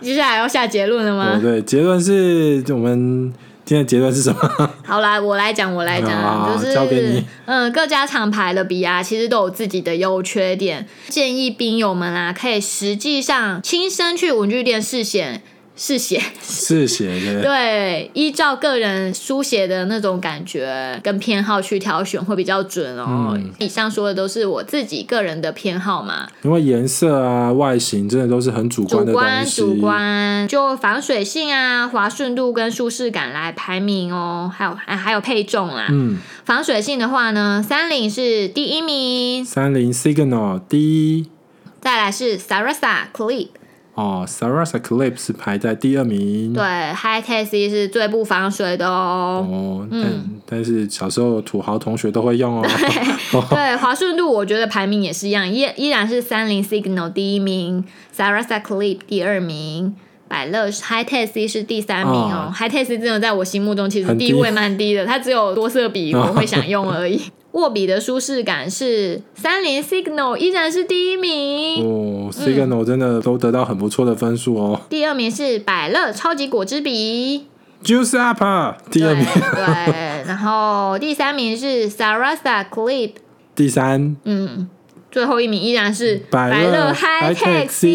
Speaker 2: 接下来要下结论了
Speaker 1: 哦，
Speaker 2: 吗？
Speaker 1: 对，结论是我们今天的结论是什么？ [laughs]
Speaker 2: 好啦，我来讲，我来讲，
Speaker 1: 好
Speaker 2: 就是
Speaker 1: 交给你
Speaker 2: 嗯，各家厂牌的笔啊，其实都有自己的优缺点。建议兵友们啊，可以实际上亲身去文具店试写试写，
Speaker 1: 是写的，
Speaker 2: 对，依照个人书写的那种感觉跟偏好去挑选会比较准哦。
Speaker 1: 嗯
Speaker 2: 以上说的都是我自己个人的偏好嘛，
Speaker 1: 因为颜色啊、外形真的都是很主
Speaker 2: 主
Speaker 1: 观的东
Speaker 2: 观
Speaker 1: 西。
Speaker 2: 主观，就防水性啊、滑顺度跟舒适感来排名哦，还有还还有配重啦。
Speaker 1: 嗯，
Speaker 2: 防水性的话呢，三菱是第一名，
Speaker 1: 三菱 Signal 第一
Speaker 2: 再来是 Sarasa Clip，
Speaker 1: 哦，Sarasa Clip 是排在第二名。
Speaker 2: 对，High Tech 是最不防水的哦。
Speaker 1: 哦，但、但是小时候土豪同学都会用哦。
Speaker 2: [laughs]
Speaker 1: [laughs]
Speaker 2: 对，滑顺度我觉得排名也是一样，依依然是三菱 Signal 第一名，Sarasa Clip 第二名。百乐 High Tech 是第三名哦
Speaker 1: 哦
Speaker 2: h i g h Tech 真的在我心目中其实
Speaker 1: 很低
Speaker 2: 地位蛮低的，它只有多
Speaker 1: [laughs]
Speaker 2: 色笔我会想用而已。握笔的舒适感是三菱 Signal 依然是第一名，
Speaker 1: 哦，Signal 真的都得到很不错的分数哦。
Speaker 2: 第二名是百乐超级果汁笔，
Speaker 1: Juice Up 啊第二
Speaker 2: 对
Speaker 1: 名，
Speaker 2: 对，然后第三名是 Sarasa Clip，
Speaker 1: 第三
Speaker 2: 嗯，最后一名依然是
Speaker 1: 百
Speaker 2: 乐
Speaker 1: 乐
Speaker 2: High
Speaker 1: Tech C，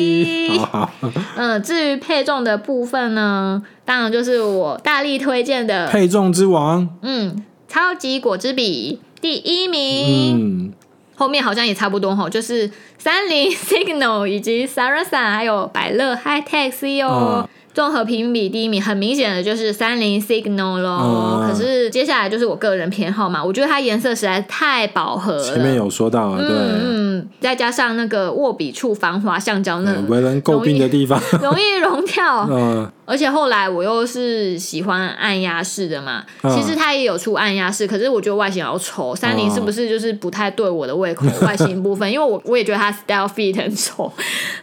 Speaker 2: Taxi。
Speaker 1: 好好
Speaker 2: 嗯，至于配重的部分呢，当然就是我大力推荐的，
Speaker 1: 配重之王。
Speaker 2: 嗯，超级果汁笔第一名，
Speaker 1: 嗯，
Speaker 2: 后面好像也差不多吼，就是三菱 Signal 以及 Sarasa 还有百乐 High Taxi 哦。
Speaker 1: 嗯
Speaker 2: 综合评比第一名，很明显的就是三菱 Signal 咯。
Speaker 1: 嗯
Speaker 2: 可是接下来就是我个人偏好嘛，我觉得它颜色实在太饱和了。
Speaker 1: 前面有说到啊，对，
Speaker 2: 嗯嗯，再加上那个握笔处防滑橡胶那
Speaker 1: 嗯为人诟病的地方，
Speaker 2: 容易融
Speaker 1: [laughs]
Speaker 2: 掉，
Speaker 1: 嗯，
Speaker 2: 而且后来我又是喜欢按压式的嘛，
Speaker 1: 嗯
Speaker 2: 其实它也有出按压式，可是我觉得外形好丑，三菱是不是就是不太对我的胃口？外形部分，因为我我也觉得它 style fit 很丑，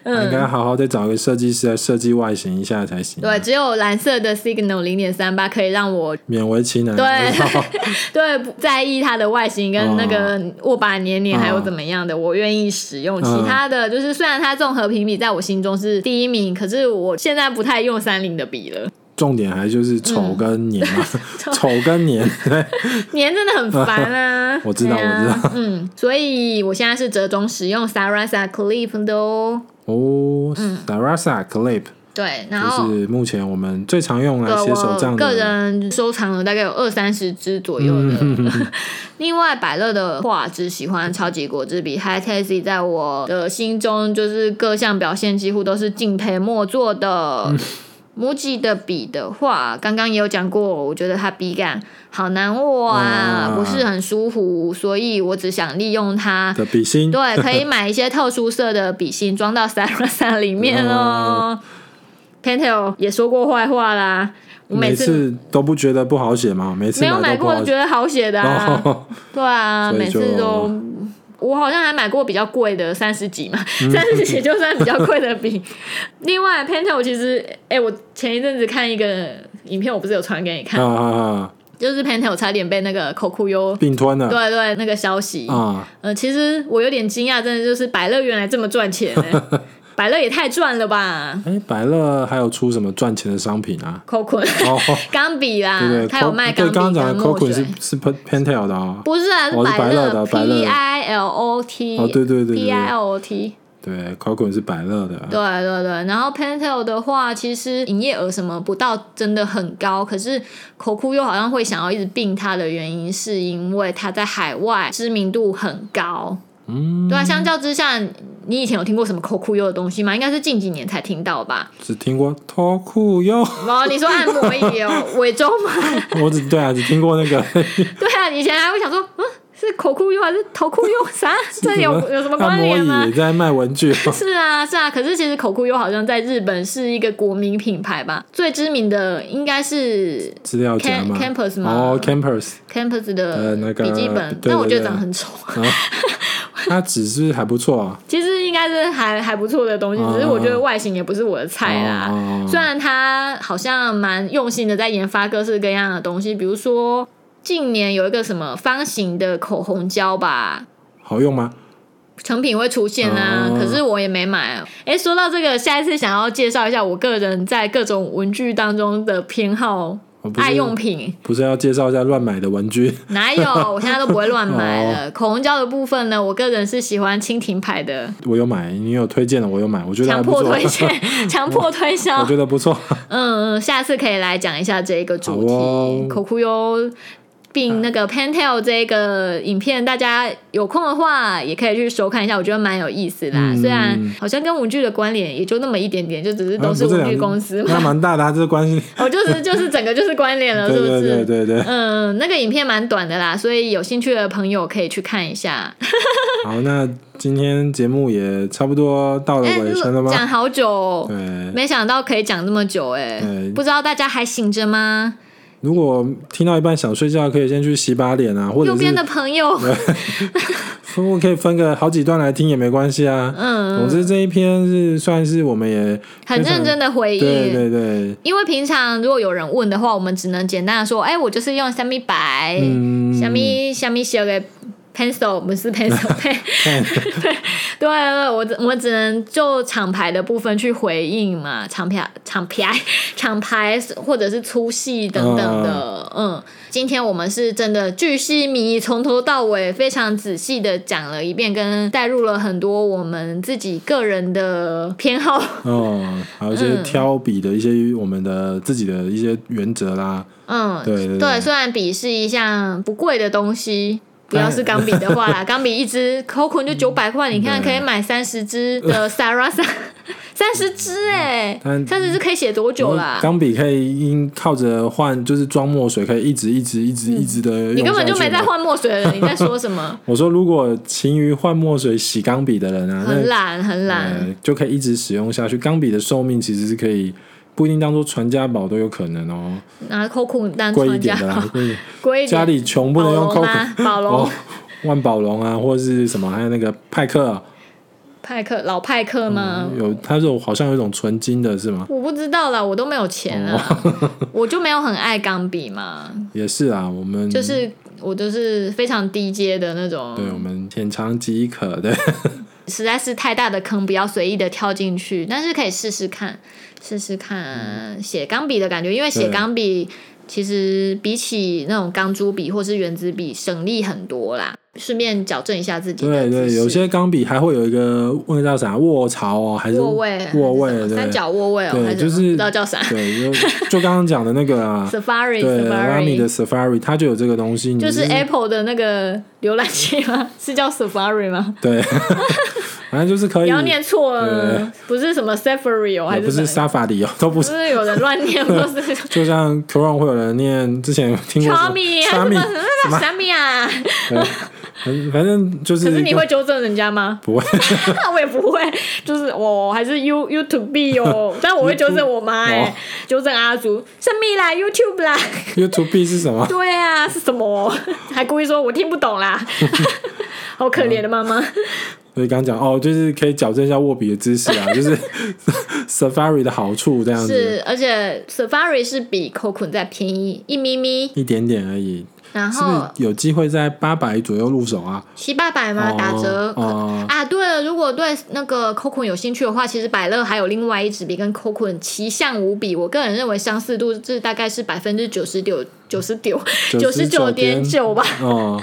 Speaker 2: 嗯
Speaker 1: 应该好好再找一个设计师来设计外形一下才行，
Speaker 2: 对，，只有蓝色的 Signal 零点三八可以让我
Speaker 1: 勉为其难，
Speaker 2: 对
Speaker 1: 知
Speaker 2: [laughs]
Speaker 1: 道
Speaker 2: 对不在意它的外形跟那个握把黏黏还有怎么样的，我愿意使用。其他的就是虽然它综合评比在我心中是第一名，可是我现在不太用三菱的笔了，
Speaker 1: 重点还就是丑跟黏嘛，
Speaker 2: 嗯
Speaker 1: 丑跟黏，对。
Speaker 2: 黏真的很烦
Speaker 1: [laughs]
Speaker 2: 啊
Speaker 1: 我知道
Speaker 2: 对
Speaker 1: 我
Speaker 2: 啊
Speaker 1: 知道
Speaker 2: 嗯，所以我现在是折中使用 Sarasa Clip 的哦。
Speaker 1: 哦，Sarasa
Speaker 2: 嗯
Speaker 1: Clip
Speaker 2: 对，然后。
Speaker 1: 就是目前我们最常用来
Speaker 2: 对
Speaker 1: 写手账
Speaker 2: 我个
Speaker 1: 的，嗯
Speaker 2: 人收藏了大概有二三十支左右的。另外，百乐的画只喜欢超级果汁笔 High Tasty，在我的心中就是各项表现几乎都是敬佩莫做
Speaker 1: 嗯
Speaker 2: 的。母吉的笔的话，刚刚也有讲过，我觉得它笔感好难握啊，
Speaker 1: 啊
Speaker 2: 不是很舒服，所以我只想利用它
Speaker 1: 的笔芯，
Speaker 2: [laughs] 对，可以买一些特殊色的笔芯装到 Sarasa 里面哦。Pentel 也说过坏话啦，我每
Speaker 1: 每
Speaker 2: 次
Speaker 1: 次都不觉得不好写嘛，每次
Speaker 2: 没有买
Speaker 1: 买都不
Speaker 2: 过
Speaker 1: 好
Speaker 2: 觉
Speaker 1: 写，
Speaker 2: 得好写的啊，
Speaker 1: 哦，
Speaker 2: 对啊，
Speaker 1: 所以
Speaker 2: 每次
Speaker 1: 就
Speaker 2: 都。我好像还买过比较贵的三十几嘛，
Speaker 1: 嗯
Speaker 2: [laughs] 三十几就算比较贵的笔。另外，Pentel 其实，哎、我前一阵子看一个影片，我不是有传给你看，
Speaker 1: 啊啊啊，
Speaker 2: 就是 Pentel 差点被那个 Kokuyo，
Speaker 1: 并吞了，
Speaker 2: 对对，那个消息，
Speaker 1: 啊，
Speaker 2: 呃，其实我有点惊讶，真的就是百乐原来这么赚钱、
Speaker 1: [laughs]
Speaker 2: 欸，百乐也太赚了吧！
Speaker 1: 哎，百乐还有出什么赚钱的商品啊？
Speaker 2: Coco
Speaker 1: [laughs] 哦，
Speaker 2: 钢笔啦
Speaker 1: 对对，，
Speaker 2: 他有卖
Speaker 1: Co- 对，
Speaker 2: 钢笔
Speaker 1: 刚刚讲
Speaker 2: 跟
Speaker 1: 的
Speaker 2: 墨
Speaker 1: Coco
Speaker 2: 水
Speaker 1: 是，是 Pentel 的哦，
Speaker 2: 不是啊，
Speaker 1: 哦是
Speaker 2: 百
Speaker 1: 百乐的百乐
Speaker 2: P I L O T，
Speaker 1: 哦对对对对对
Speaker 2: p I L O T，
Speaker 1: 对，Coco 是百乐的，
Speaker 2: 对对对。然后 Pentel 的话，其实营业额什么不到真的很高，可是 Coco 又好像会想要一直并它的原因，是因为它在海外知名度很高。
Speaker 1: 嗯，
Speaker 2: 对啊，相较之下，你以前有听过什么口酷优的东西吗？应该是近几年才听到吧？
Speaker 1: 只听过脱裤哟，
Speaker 2: 哦，你说按摩椅哦，伪装吗？ [laughs]
Speaker 1: 我只对啊，只听过那个
Speaker 2: 对啊，以前还会想说，嗯，是口酷优还是头酷优？啥？这 [laughs] 有有什么
Speaker 1: 按
Speaker 2: 关
Speaker 1: 摩
Speaker 2: 联吗
Speaker 1: 椅？在卖文具哦，
Speaker 2: 是啊，是啊，可是其实口酷优好像在日本是一个国民品牌吧，最知名的应该是
Speaker 1: 资料夹
Speaker 2: Cam-
Speaker 1: 嘛，
Speaker 2: Campus 吗
Speaker 1: 哦，campus，
Speaker 2: Campus
Speaker 1: 呃那
Speaker 2: 的
Speaker 1: 个
Speaker 2: 笔记本，
Speaker 1: 对
Speaker 2: 但我
Speaker 1: 对对
Speaker 2: 觉得长得很丑。啊 [laughs]
Speaker 1: 它啊纸是不是还不错啊，
Speaker 2: 其实应该是还还不错的东西，只是我觉得外形也不是我的菜啦。
Speaker 1: 哦
Speaker 2: 虽然他好像蛮用心的在研发各式各样的东西，比如说近年有一个什么方形的口红胶吧，
Speaker 1: 好用吗？
Speaker 2: 成品会出现啊，
Speaker 1: 哦
Speaker 2: 可是我也没买、啊。哎，说到这个，下一次想要介绍一下我个人在各种文具当中的偏好
Speaker 1: 哦不是
Speaker 2: 爱用品。
Speaker 1: 不是要介绍一下乱买的文具， [laughs]
Speaker 2: 哪有？我现在都不会乱买了。
Speaker 1: 哦
Speaker 2: 口红胶的部分呢，我个人是喜欢蜻蜓牌的，
Speaker 1: 我有买，你有推荐的，我有买，我觉得还
Speaker 2: 强
Speaker 1: 不
Speaker 2: 迫
Speaker 1: 错，
Speaker 2: 推荐，强迫推
Speaker 1: [laughs]
Speaker 2: 销
Speaker 1: 我。觉得不
Speaker 2: [laughs]
Speaker 1: 错，
Speaker 2: 嗯，嗯，下次可以来讲一下这一个主
Speaker 1: 好哦
Speaker 2: 题，口酷优，并那个 Pentel 这个影片，大家有空的话也可以去收看一下，我觉得蛮有意思啦。
Speaker 1: 嗯
Speaker 2: 虽然好像跟文具的关联也就那么一点点，就只是都是
Speaker 1: 啊不
Speaker 2: 文
Speaker 1: 两
Speaker 2: 具公司
Speaker 1: [laughs]
Speaker 2: 嘛，
Speaker 1: 那蛮大的、啊，这个关系，
Speaker 2: 我就是就是整个就是关联了，
Speaker 1: 对
Speaker 2: [laughs] 是不
Speaker 1: 对对
Speaker 2: 是？
Speaker 1: 对对， [laughs]
Speaker 2: 嗯，那个影片蛮短的啦，所以有兴趣的朋友可以去看一下。
Speaker 1: 好，那今天节目也差不多到了
Speaker 2: 哎
Speaker 1: 尾声了吗？
Speaker 2: 讲好久、哦，
Speaker 1: 对，
Speaker 2: 没想到可以讲这么久、哎、
Speaker 1: 对
Speaker 2: 不知道大家还醒着吗？
Speaker 1: 如果听到一半想睡觉，可以先去洗把脸啊，或者
Speaker 2: 右边的
Speaker 1: 是 [laughs]
Speaker 2: 朋友，
Speaker 1: 分可以分个好几段来听也没关系啊。
Speaker 2: 嗯。
Speaker 1: 总之这一篇是算是我们也
Speaker 2: 很认真的回忆。
Speaker 1: 对对对，
Speaker 2: 因为平常如果有人问的话，我们只能简单的说，哎、我就是用虾米白、
Speaker 1: 嗯，
Speaker 2: 虾米虾米写的 pencil，不是 pencil
Speaker 1: [laughs]
Speaker 2: [laughs] pen。对
Speaker 1: 哦
Speaker 2: 对，我只我们只能就厂牌的部分去回应嘛，厂牌、厂牌、厂牌或者是粗细等等
Speaker 1: 啊
Speaker 2: 的。嗯，今天我们是真的巨细靡遗，从头到尾非常仔细的讲了一遍，跟带入了很多我们自己个人的偏好。
Speaker 1: 哦，还有一些
Speaker 2: 嗯
Speaker 1: 挑笔的一些我们的自己的一些原则啦，
Speaker 2: 嗯，
Speaker 1: 对对对哎
Speaker 2: 对，虽然笔是一项不贵的东西，不要是钢笔的话
Speaker 1: [laughs]
Speaker 2: 啦，钢笔一支 Coco 就九百块，你看可
Speaker 1: 嗯对
Speaker 2: 以买三十支
Speaker 1: [laughs]
Speaker 2: 的 Sarasa，三十支哎、
Speaker 1: 但
Speaker 2: 三十支可以写多久啦？
Speaker 1: 钢笔可以因靠着换就是装墨水，可以一直一直一直一直的，
Speaker 2: 嗯你根本就没在。换墨水的人，你在说什么？
Speaker 1: [laughs] 我说，如果勤于换墨水、洗钢笔的人啊，那
Speaker 2: 很懒，很懒。
Speaker 1: 呃，就可以一直使用下去。钢笔的寿命其实是可以不一定当做传家宝都有可能哦，
Speaker 2: 拿 Coco 当
Speaker 1: 贵一
Speaker 2: [laughs] 传家
Speaker 1: 点的
Speaker 2: [laughs]
Speaker 1: 啦，贵一点
Speaker 2: 贵一
Speaker 1: 家
Speaker 2: 点。
Speaker 1: 里穷不
Speaker 2: 宝
Speaker 1: 能用
Speaker 2: 龙
Speaker 1: Coco
Speaker 2: 啊，宝龙
Speaker 1: 哦，，万宝龙啊，或者是什么，还有那个派克，啊
Speaker 2: 派克，老派克吗？
Speaker 1: 嗯有它有好像有一种纯金的是吗？
Speaker 2: 我不知道啦，我都没有钱啊，
Speaker 1: 哦
Speaker 2: 我就没有很爱钢笔嘛。
Speaker 1: 也是啊，我们
Speaker 2: 就是我就是非常低阶的那
Speaker 1: 对，我
Speaker 2: 种，
Speaker 1: 们浅尝即可，
Speaker 2: [laughs]
Speaker 1: 对，
Speaker 2: 实在是太大的坑，不要随意的跳进去，但是可以试试看，试试看写钢笔的感觉，因为写
Speaker 1: 对
Speaker 2: 钢笔其实比起那种钢珠笔或是圆珠笔省力很多啦。顺便矫正一下自己的
Speaker 1: 对
Speaker 2: 姿势，
Speaker 1: 对，有些钢笔还会有一个那叫啥卧槽哦，还是
Speaker 2: 卧位、啊
Speaker 1: 卧
Speaker 2: 还是
Speaker 1: 位，
Speaker 2: 什么三
Speaker 1: 对
Speaker 2: 角卧位哦，
Speaker 1: 对
Speaker 2: 还
Speaker 1: 就
Speaker 2: 什
Speaker 1: 是
Speaker 2: 么不知道
Speaker 1: [laughs]
Speaker 2: 叫啥。
Speaker 1: 对，就就刚刚讲的那个啊
Speaker 2: ，Safari [laughs]
Speaker 1: 对，Rami 的
Speaker 2: Safari。
Speaker 1: Safari，它就有这个东西，你
Speaker 2: 就是 Apple 的那个浏览器吗？ [laughs] 是叫 Safari 吗？
Speaker 1: 对， [laughs] 反正就是可
Speaker 2: 不
Speaker 1: 以，
Speaker 2: 要念错
Speaker 1: 对
Speaker 2: 了，不是什么 Safari 哦，还
Speaker 1: 也不
Speaker 2: 是什
Speaker 1: 是
Speaker 2: 么？
Speaker 1: 沙发里哦，都不是
Speaker 2: 就。是有人乱
Speaker 1: [laughs]
Speaker 2: 念，不是
Speaker 1: 就像 Chrome 会有人念，之前有听 [laughs] 过什么
Speaker 2: Tommy 啊，什么
Speaker 1: Chami，
Speaker 2: 什么什么啊？
Speaker 1: 对反反正就是
Speaker 2: 可是
Speaker 1: 一
Speaker 2: 你
Speaker 1: 个
Speaker 2: 会纠正人
Speaker 1: [laughs]
Speaker 2: 家吗？
Speaker 1: 不会
Speaker 2: 我也不会，就是我还是 You YouTube
Speaker 1: [laughs]
Speaker 2: 哦，但我会纠正我妈
Speaker 1: 哦
Speaker 2: 哎，纠正阿祖，什么啦 YouTube 啦， [laughs]
Speaker 1: YouTube B 是什么？
Speaker 2: 对啊，是什么？ [laughs] 还故意说我听不懂
Speaker 1: [laughs]
Speaker 2: 啦，好可怜的妈妈。
Speaker 1: 嗯所以刚刚讲哦，就是可以矫正一下握笔的姿势
Speaker 2: [laughs]
Speaker 1: 啊，就是 [laughs] Safari 的好处这样子，
Speaker 2: 是，而且 Safari 是比 Cocoon 再便宜一咪咪，
Speaker 1: 一点点而已。
Speaker 2: 然
Speaker 1: 是不
Speaker 2: 后
Speaker 1: 是有机会在八百左右入手啊？
Speaker 2: 七八百吗？
Speaker 1: 哦
Speaker 2: 打折可
Speaker 1: 哦
Speaker 2: 啊，对了，如果对那个 Coco 有兴趣的话，其实百乐还有另外一支笔跟 Coco 奇像无比，我个人认为相似度是大概是百分之九十九、九十九、九十九点九吧。
Speaker 1: 哦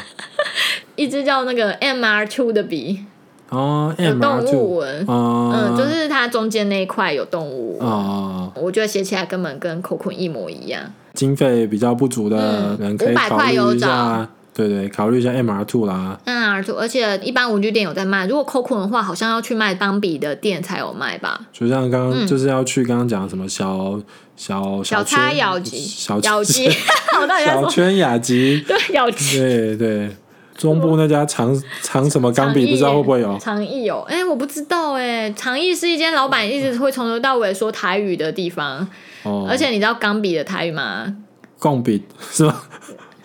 Speaker 2: 一支叫那个 M R Two 的笔，
Speaker 1: 哦
Speaker 2: 有
Speaker 1: ，M
Speaker 2: 动
Speaker 1: R
Speaker 2: 物
Speaker 1: Two，
Speaker 2: 纹，
Speaker 1: 哦，
Speaker 2: 嗯，就是它中间那一块有动物纹。
Speaker 1: 哦，
Speaker 2: 我觉得写起来根本跟 Coco 一模一样，
Speaker 1: 经费比较不足的
Speaker 2: 嗯
Speaker 1: 人可以
Speaker 2: 500
Speaker 1: 考
Speaker 2: 块
Speaker 1: 虑
Speaker 2: 有
Speaker 1: 一下
Speaker 2: 找。
Speaker 1: 对对，考虑一下 MR Two 啦。
Speaker 2: 嗯，R two，而且一般文具店有在卖，如果 Coco 的话，好像要去卖邦比的店才有卖吧？
Speaker 1: 就像刚刚就是要去刚刚讲什么小小
Speaker 2: 嗯小叉
Speaker 1: 圈
Speaker 2: 咬肌，
Speaker 1: 小
Speaker 2: 咬肌， [laughs] 我到底在
Speaker 1: 小
Speaker 2: 说？
Speaker 1: 圈雅
Speaker 2: [laughs]
Speaker 1: 集，
Speaker 2: 对，咬肌。
Speaker 1: 对对，中部那家长长什么钢笔不知道会不会有，
Speaker 2: 长义有？哎、我不知道哎、长义是一间老板一直会从头到尾说台语的地方，
Speaker 1: 哦，
Speaker 2: 而且你知道钢笔的台语吗？
Speaker 1: 钢笔是吗？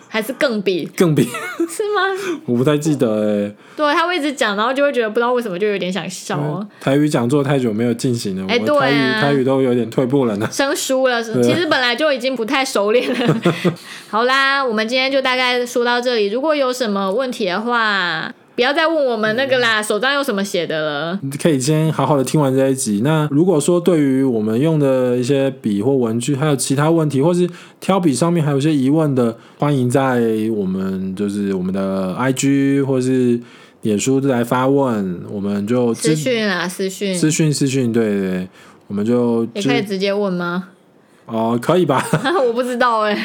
Speaker 2: 还是更笔
Speaker 1: [laughs] 更笔
Speaker 2: [laughs] 是吗？
Speaker 1: [laughs] 我不太记得欸
Speaker 2: 对，他会一直讲，然后就会觉得不知道为什么就有点想笑
Speaker 1: 哎、
Speaker 2: 哦。
Speaker 1: 台语讲座太久没有进行了，
Speaker 2: 哎
Speaker 1: 我
Speaker 2: 对
Speaker 1: 台语
Speaker 2: 啊
Speaker 1: 台语都有点退步了呢。 [laughs]
Speaker 2: 生疏了，
Speaker 1: 啊
Speaker 2: 其实本来就已经不太熟练 [laughs] 了。好啦，我们今天就大概说到这里。如果有什么问题的话，不要再问我们那个啦，手账用什么写的了。
Speaker 1: 可以先好好的听完这一集。那如果说对于我们用的一些笔或文具，还有其他问题，或是挑笔上面还有一些疑问的，欢迎在我们就是我们的 IG 或是脸书来发问，我们就
Speaker 2: 私
Speaker 1: 咨
Speaker 2: 讯啊，私讯
Speaker 1: 咨询私讯，对对对，我们就
Speaker 2: 也
Speaker 1: 知
Speaker 2: 可以直接问吗？ [laughs]
Speaker 1: 哦，可以吧？ [laughs]
Speaker 2: 我不知道哎、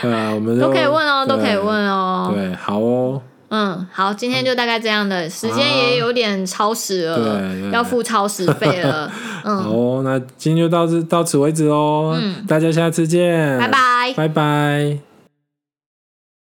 Speaker 1: 对啊，我们就
Speaker 2: 都可以问哦，
Speaker 1: 对
Speaker 2: 都可以问哦。
Speaker 1: 对，好哦，
Speaker 2: 嗯，好，今天就大概这样的，时间也有点超时了，
Speaker 1: 对对
Speaker 2: 要付超时
Speaker 1: [laughs]
Speaker 2: 费了。
Speaker 1: 好
Speaker 2: 嗯，
Speaker 1: 哦，那今天就到这到此为止哦，大家下次见，
Speaker 2: 拜拜。
Speaker 1: 拜拜。